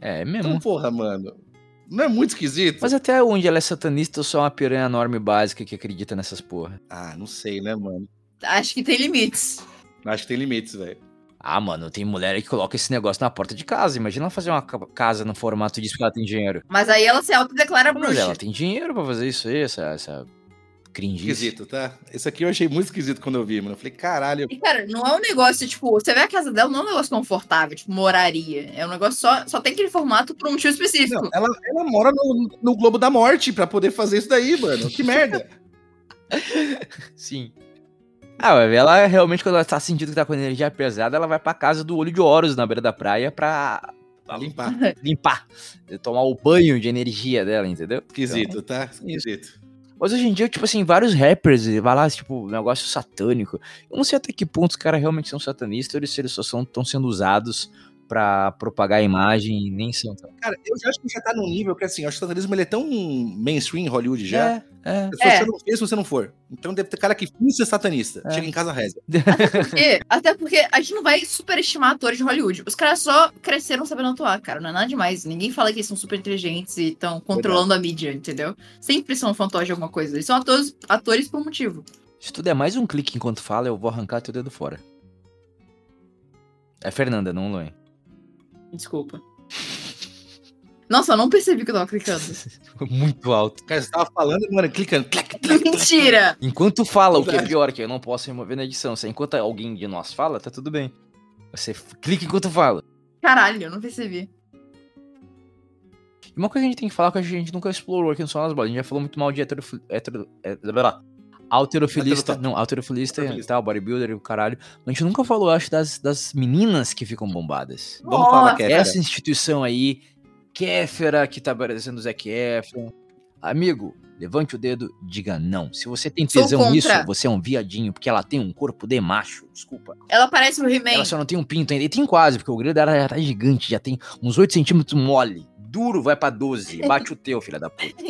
é, é Então, mesmo. porra, mano. Não é muito esquisito? Mas até onde ela é satanista ou só é uma piranha enorme básica que acredita nessas porra? Ah, não sei, né, mano? Acho que tem limites. Acho que tem limites, velho. Ah, mano, tem mulher aí que coloca esse negócio na porta de casa. Imagina ela fazer uma ca- casa no formato disso porque ela tem dinheiro. Mas aí ela se autodeclara Mas bruxa. ela tem dinheiro pra fazer isso aí, essa, essa cringice. Esquisito, tá? Esse aqui eu achei muito esquisito quando eu vi, mano. Eu falei, caralho. E, cara, não é um negócio, tipo, você vê a casa dela, não é um negócio confortável, tipo, moraria. É um negócio só, só tem aquele formato por um motivo específico. Não, ela, ela mora no, no Globo da Morte pra poder fazer isso daí, mano. Que merda. Sim. Ah, vai ver, ela realmente, quando ela tá sentindo que tá com energia pesada, ela vai pra casa do olho de Horus na beira da praia pra Pra limpar. limpar, tomar o banho de energia dela, entendeu? Esquisito, tá? Esquisito. Mas hoje em dia, tipo assim, vários rappers, eh, vai lá, tipo, um negócio satânico. Eu não sei até que ponto os caras realmente são satanistas ou se eles só estão sendo usados pra propagar a imagem, nem santa. Cara, eu já acho que já tá num nível que assim, eu acho que o satanismo ele é tão mainstream em Hollywood já. É, é. Se É. você não fez, você não for. Então deve ter cara que finge ser satanista. Chega em casa, reza. Porque- É, até porque a gente não vai superestimar atores de Hollywood. Os caras só cresceram sabendo atuar, cara. Não é nada demais. Ninguém fala que eles são super inteligentes e estão controlando a mídia, entendeu? Sempre são fantoches de alguma coisa. Eles são atores, atores por um motivo. Se tu der mais um clique enquanto fala, eu vou arrancar teu dedo fora. É Fernanda, não Luan. Desculpa. Nossa, eu não percebi que eu tava clicando. Muito alto. Cara, você tava falando, mano, clicando. clac, clac, clac. Mentira! Enquanto fala, o que é Verdade. pior, que eu não posso remover na edição. Se enquanto alguém de nós fala, tá tudo bem. Você f- clica enquanto fala. Caralho, eu não percebi. E uma coisa que a gente tem que falar que a gente nunca explorou aqui no Só nas Bolas. A gente já falou muito mal de heterofil... hetero... é, blá, blá, Alterofilista, Heterotópico. não, alterofilista e Alterofilista. tal, bodybuilder e o caralho. Mas a gente nunca falou, eu acho, das, das meninas que ficam bombadas. Vamos falar que é, cara. Essa instituição aí, Kéfera, que tá aparecendo o Zac Efron. Amigo, levante o dedo, diga não. Se você tem Sou tesão nisso, contra. você é um viadinho, porque ela tem um corpo de macho, desculpa. Ela parece o He-Man. Ela só não tem um pinto ainda. E tem quase, porque o grilo dela já tá gigante, já tem uns 8 centímetros mole. Duro vai pra 12. Bate o teu, filha da puta.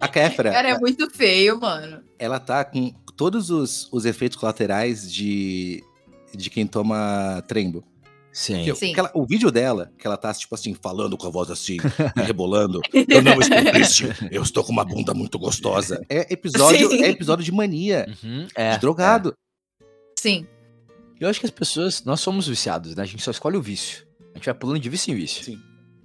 A Kéfera, Cara, é um- muito feio, mano. ela tá com todos os, os efeitos colaterais de, de quem toma trembo. Sim. Que- Sim. que ela- o vídeo dela, que ela tá, tipo assim, falando com a voz assim, e rebolando. Eu não estou triste, eu estou com uma bunda muito gostosa. É episódio, Sim. é episódio de mania, é. de drogado. Sim. Eu acho que as pessoas, nós somos viciados, né? A gente só escolhe o vício. A gente vai pulando de vício em vício. Sim.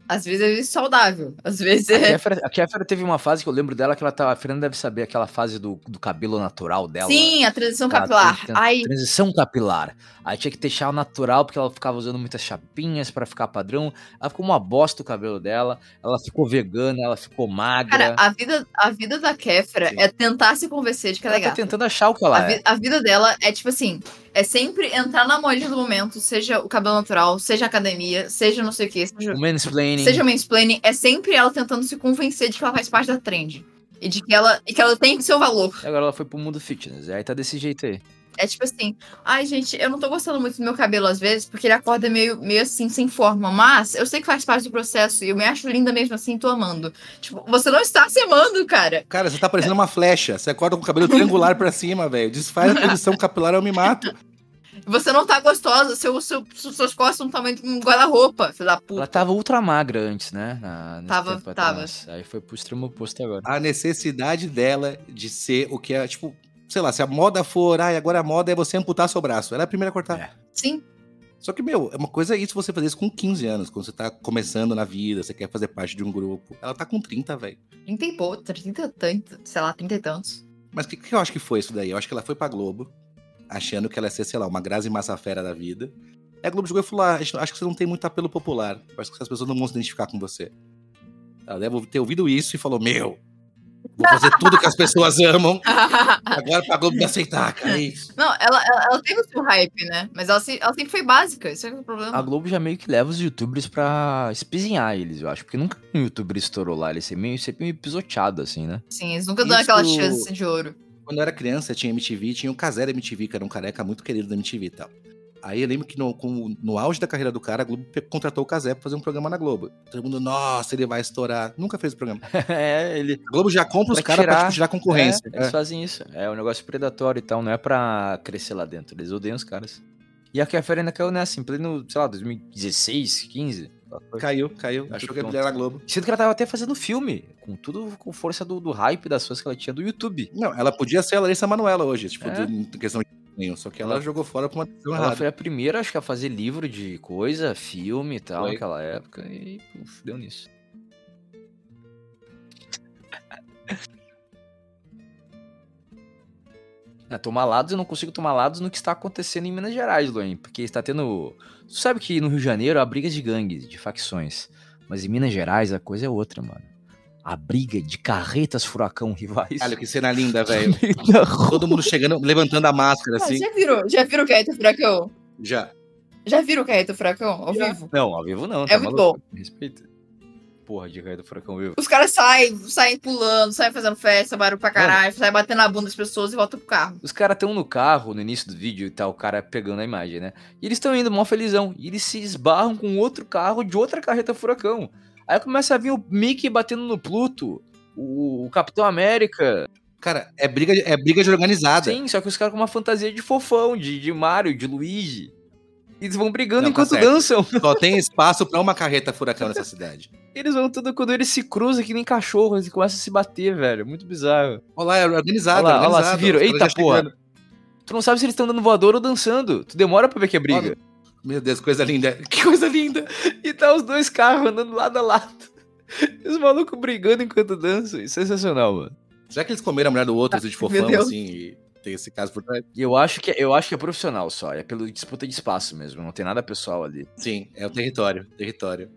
Às vezes é saudável. Às vezes A é. Kéfera- A Kéfera teve uma fase que eu lembro dela que ela tava. A Fernanda deve saber aquela fase do, do cabelo natural dela. Sim, a transição Ela capilar. tenta- Ai, Transição capilar. Aí tinha que deixar o natural, porque ela ficava usando muitas chapinhas pra ficar padrão. Ela ficou uma bosta o cabelo dela. Ela ficou vegana, ela ficou magra. cara, a vida, a vida da Kéfera Sim. é tentar se convencer de que ela é Ela tá gata. tentando achar o que ela A, vi- é. a vida dela é tipo assim: é sempre entrar na modinha do momento, seja o cabelo natural, seja a academia, seja não sei o que, seja, O mansplaining. seja o mansplaining, é sempre ela tentando se convencer de que ela faz parte da trend. E de que ela, e que ela tem seu valor. E Agora ela foi pro mundo fitness. Aí tá desse jeito aí. É tipo assim, ai, gente, eu não tô gostando muito do meu cabelo às vezes, porque ele acorda meio, meio assim, sem forma. Mas eu sei que faz parte do processo e eu me acho linda mesmo assim, tô amando. Tipo, você não está se amando, cara. Cara, você tá parecendo uma flecha. Você acorda com o cabelo triangular pra cima, velho. Desfaz a posição capilar, eu me mato. Você não tá gostosa, seu, seu, suas costas são do tamanho de um guarda-roupa, filho da puta. Ela tá tava ultra magra antes, né? Na- nesse Tava- tempo tava. atrás. Aí foi pro extremo oposto agora. A necessidade dela de ser o que é, tipo, sei lá, se a moda for, ai, agora a moda é você amputar seu braço. Ela é a primeira a cortar. É. Sim, Só que, meu, é uma coisa é isso você fazer isso com 15 anos, quando você tá começando na vida, você quer fazer parte de um grupo. Ela tá com 30, velho. 30 e pouco, 30 e tanto, sei lá, 30 e tantos. Mas o que, que eu acho que foi isso daí? Eu acho que ela foi pra Globo, achando que ela ia ser, sei lá, uma Grazi Massafera da vida. Aí a Globo jogou e falou: ah, acho acho que você não tem muito apelo popular. Eu Acho que as pessoas não vão se identificar com você. Ela deve ter ouvido isso e falou: Meu, vou fazer tudo que as pessoas amam. Agora pra Globo me aceitar, cara. é isso. Não, ela, ela, ela teve o seu hype, né? Mas ela, se- ela sempre foi básica, isso é o problema. A Globo já meio que leva os youtubers pra espizinhar eles, eu acho. Porque nunca um youtuber estourou lá. Ele é meio, sempre meio pisoteado, assim, né? Sim, eles nunca dão Isso- aquela chance de ouro. Quando eu era criança, tinha MTV, tinha o Casera MTV, que era um careca muito querido da MTV e tal. Aí eu lembro que no, com- no auge da carreira do cara, a Globo pe- contratou o Casé pra fazer um programa na Globo. Todo mundo, nossa, ele vai estourar. Nunca fez o programa. é, ele. A Globo já compra os Pra caras pra tirar- tipo, tirar concorrência. É, eles fazem isso. É um negócio predatório e tal. Não é pra crescer lá dentro. Eles odeiam os caras. E a Kéfera ainda caiu nessa, em pleno, sei lá, 2016, 15. ela foi- É. Caiu, caiu. Achou que ia brilhar na Globo. Sendo que ela tava até fazendo filme, com tudo, com força do, do hype das coisas que ela tinha do YouTube. Não, ela podia ser a Larissa Manoela hoje, tipo, É. do- em questão de nenhum. Só que ela Ela- jogou fora pra uma decisão Ela errada. foi a primeira, acho que, a fazer livro de coisa, filme e tal, Foi. naquela época, e puf, deu nisso. É, tomar lados, eu não consigo tomar lados no que está acontecendo em Minas Gerais, Luan, porque está tendo. Tu sabe que no Rio de Janeiro há brigas de gangues, de facções, mas em Minas Gerais a coisa é outra, mano. A briga de carretas furacão rivais. Caralho, que cena linda, velho. no meio da rua. Todo mundo chegando, levantando a máscara, Ah, assim. já virou, já virou o Carreta Furacão? Já. Já virou o Carreta é Furacão ao vivo? Não, ao vivo não. É muito maluco? Me Respeita. porra de raio do furacão vivo. Os caras saem, saem pulando, saem fazendo festa, barulho pra caralho, saem batendo na bunda das pessoas e voltam pro carro. Os caras estão no carro, no início do vídeo, e tá o cara pegando a imagem, né? E eles estão indo mó felizão. E eles se esbarram com outro carro de outra carreta furacão. Aí começa a vir o Mickey batendo no Pluto, o, o Capitão América. Cara, é briga, de- é briga de organizada. Sim, só que os caras com uma fantasia de fofão, de, de Mario, de Luigi. E Eles vão brigando Não, tá enquanto certo. dançam. Só tem espaço pra uma carreta furacão nessa cidade. Eles vão tudo quando eles se cruzam que nem cachorro, eles começam a se bater, velho. Muito bizarro. Olha lá, é organizada. Olha lá, olha lá, organizada. se viram. Os caras Eita já porra. chegando. Tu não sabe se eles estão dando voador ou dançando. Tu demora pra ver que é briga. Meu Deus, coisa linda. Que coisa linda. E tá os dois carros andando lado a lado. E Os malucos brigando enquanto dançam. Isso é sensacional, mano. Será que eles comeram a mulher do outro, assim, de fofão, Deus. assim, e tem esse caso por trás? E eu acho que eu acho que é profissional só. É pelo disputa de espaço mesmo. Não tem nada pessoal ali. Sim, é o território, território.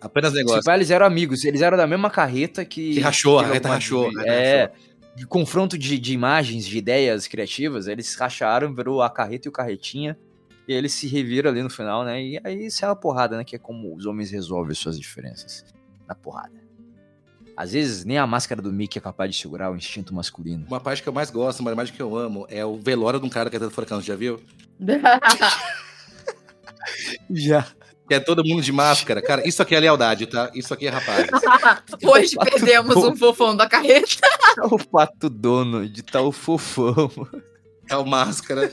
Apenas Se negócio. pá, Tipo, ah, eles eram amigos. Eles eram da mesma carreta que. Que rachou, a que carreta alguma- rachou. a carreta É. rachou. De confronto de, de imagens, de ideias criativas, eles racharam, virou a carreta e o carretinha. E eles se reviram ali no final, né? E aí sai a porrada, né? Que é como os homens resolvem suas diferenças. Na porrada. Às vezes nem a máscara do Mickey é capaz de segurar o instinto masculino. Uma parte que eu mais gosto, uma imagem que eu amo, é o velório de um cara que é todo furacão, você já viu? Já. Que é todo mundo de máscara. Cara, isso aqui é lealdade, tá? Isso aqui é rapaz. Hoje perdemos um fofão da carreta. o pato dono de tal fofão. É o máscara.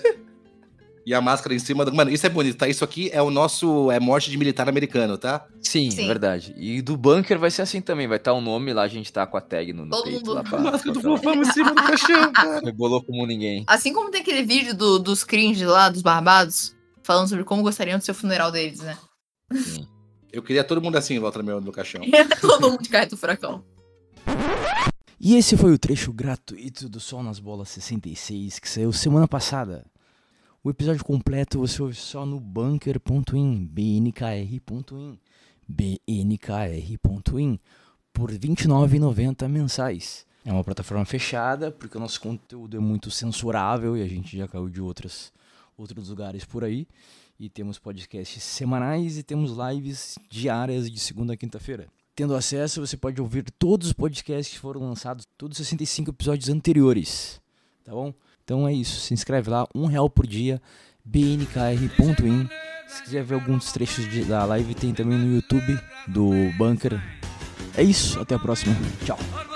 E a máscara em cima do. Mano, isso é bonito, tá? Isso aqui é o nosso. É morte de militar americano, tá? Sim, Sim. é verdade. E do bunker vai ser assim também. Vai estar o nome lá, a gente tá com a tag no, no Todo peito. mundo- Lá pra, A máscara do pra- fofão em cima do caixão. Rebolou como ninguém. Assim como tem aquele vídeo do- dos cringe lá, dos barbados, falando sobre como gostariam do seu funeral deles, né? Eu queria todo mundo assim em volta do meu do caixão. Todo mundo de carreta furacão. E esse foi o trecho gratuito do Sol nas Bolas 66 que saiu semana passada. O episódio completo você ouve só no bunker.in, bnkr.in, bnkr.in, por R$ 29,90 mensais. É uma plataforma fechada, porque o nosso conteúdo é muito censurável e a gente já caiu de outras, outros lugares por aí. E temos podcasts semanais e temos lives diárias de segunda a quinta-feira. Tendo acesso, você pode ouvir todos os podcasts que foram lançados, todos os 65 episódios anteriores. Tá bom? Então é isso. Se inscreve lá, um real por dia, bnkr.in. Se quiser ver alguns trechos de- da live, tem também no YouTube do Bunker. É isso, até a próxima. Tchau. But